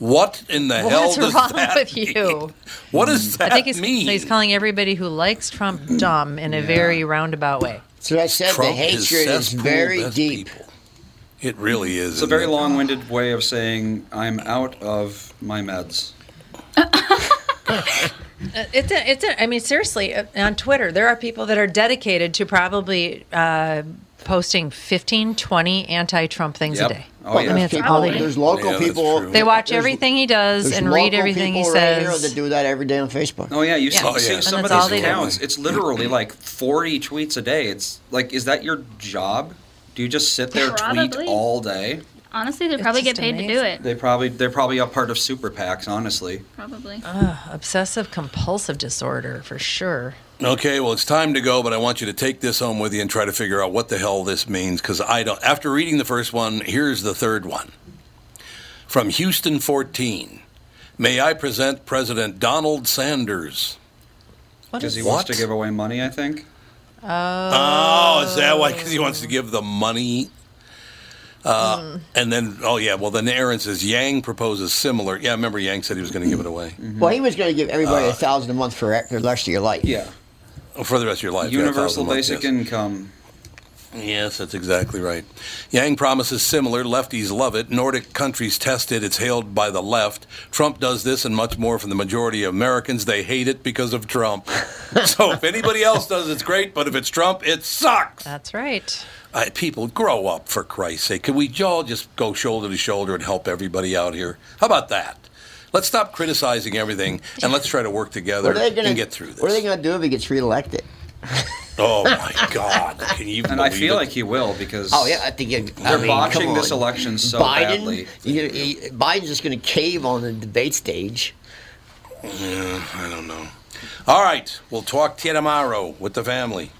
Speaker 1: What in the hell
Speaker 4: What's
Speaker 1: does
Speaker 4: wrong
Speaker 1: that
Speaker 4: with
Speaker 1: mean?
Speaker 4: you?
Speaker 1: What does that
Speaker 4: I think he's,
Speaker 1: mean?
Speaker 4: he's calling everybody who likes Trump dumb in a very roundabout way.
Speaker 2: So I said
Speaker 1: Trump
Speaker 2: the hatred is
Speaker 1: cesspool
Speaker 2: very
Speaker 1: best
Speaker 2: deep.
Speaker 1: people. It really is.
Speaker 3: It's a very long-winded way of saying I'm out of my meds.
Speaker 4: It's a, it's a, I mean, seriously, uh, on Twitter, there are people that are dedicated to probably uh, posting 15, 20 anti Trump things
Speaker 3: Yep.
Speaker 4: a day.
Speaker 3: Oh yeah.
Speaker 4: I mean,
Speaker 2: there's
Speaker 4: it's all they
Speaker 2: people-
Speaker 4: do.
Speaker 2: there's local
Speaker 1: Yeah, that's true.
Speaker 2: people.
Speaker 4: They watch
Speaker 2: there's-
Speaker 4: everything he does
Speaker 2: there's
Speaker 4: and read
Speaker 2: local
Speaker 4: everything he
Speaker 2: people right here
Speaker 4: says.
Speaker 2: that do that every day on Facebook.
Speaker 3: Oh yeah, you
Speaker 4: Yeah.
Speaker 3: see,
Speaker 4: Oh,
Speaker 3: see
Speaker 1: yeah.
Speaker 3: some
Speaker 4: And
Speaker 3: of
Speaker 4: that's all
Speaker 3: these
Speaker 4: they do.
Speaker 3: accounts. It's literally like 40 tweets a day. It's like, is that your job? Do you just sit there tweet
Speaker 5: Probably.
Speaker 3: all day?
Speaker 5: Honestly, they probably
Speaker 4: just
Speaker 5: get paid to do
Speaker 4: amazing.
Speaker 5: it.
Speaker 3: They probably they're probably a part of super PACs, honestly.
Speaker 5: Probably.
Speaker 4: Obsessive compulsive disorder, for sure.
Speaker 1: Okay, well, it's time to go, but I want you to take this home with you and try to figure out what the hell this means because I don't. After reading the first one, here's the third one. From Houston 14 May I present President Donald Sanders?
Speaker 4: What
Speaker 3: Because
Speaker 4: is
Speaker 3: he
Speaker 4: he?
Speaker 3: wants
Speaker 1: What?
Speaker 3: to give away money, I think.
Speaker 1: Oh, is that why? Because he wants to give the money. Uh,
Speaker 2: Mm.
Speaker 1: And then, oh, yeah, well, then Aaron says Yang proposes similar. Yeah, I remember Yang said he was going to give it away
Speaker 3: Mm-hmm.
Speaker 2: Well, he was going to give everybody a thousand a month for, for the rest of your life.
Speaker 3: Uh, Yeah.
Speaker 1: Oh, for the rest of your life. yeah, 1,000
Speaker 3: Universal
Speaker 1: a month,
Speaker 3: basic
Speaker 1: yes.
Speaker 3: income.
Speaker 1: Yes, that's exactly right. Yang promises similar. Lefties love it. Nordic countries test it. It's hailed by the left. Trump does this and much more from the majority of Americans. They hate it because of Trump. so if anybody else does, it's great. But if it's Trump, it sucks.
Speaker 2: Uh.
Speaker 4: That's right.
Speaker 1: I, people, grow up for Christ's sake. Can we all just go shoulder to shoulder and help everybody out here? How about that? Let's stop criticizing everything and let's try to work together
Speaker 2: What are they going to
Speaker 1: and get through this.
Speaker 2: What are they going to do if he gets reelected?
Speaker 1: oh my God! Can you?
Speaker 3: And I
Speaker 1: believe
Speaker 3: feel
Speaker 1: it?
Speaker 3: like he will because
Speaker 2: Oh yeah, I think it, I
Speaker 3: they're
Speaker 2: mean,
Speaker 3: botching
Speaker 2: come
Speaker 3: this
Speaker 2: on.
Speaker 3: election so
Speaker 2: Biden,
Speaker 3: badly.
Speaker 2: you- you- Biden's just going to cave on the debate stage.
Speaker 1: I don't know. All right, we'll talk to you tomorrow with the family.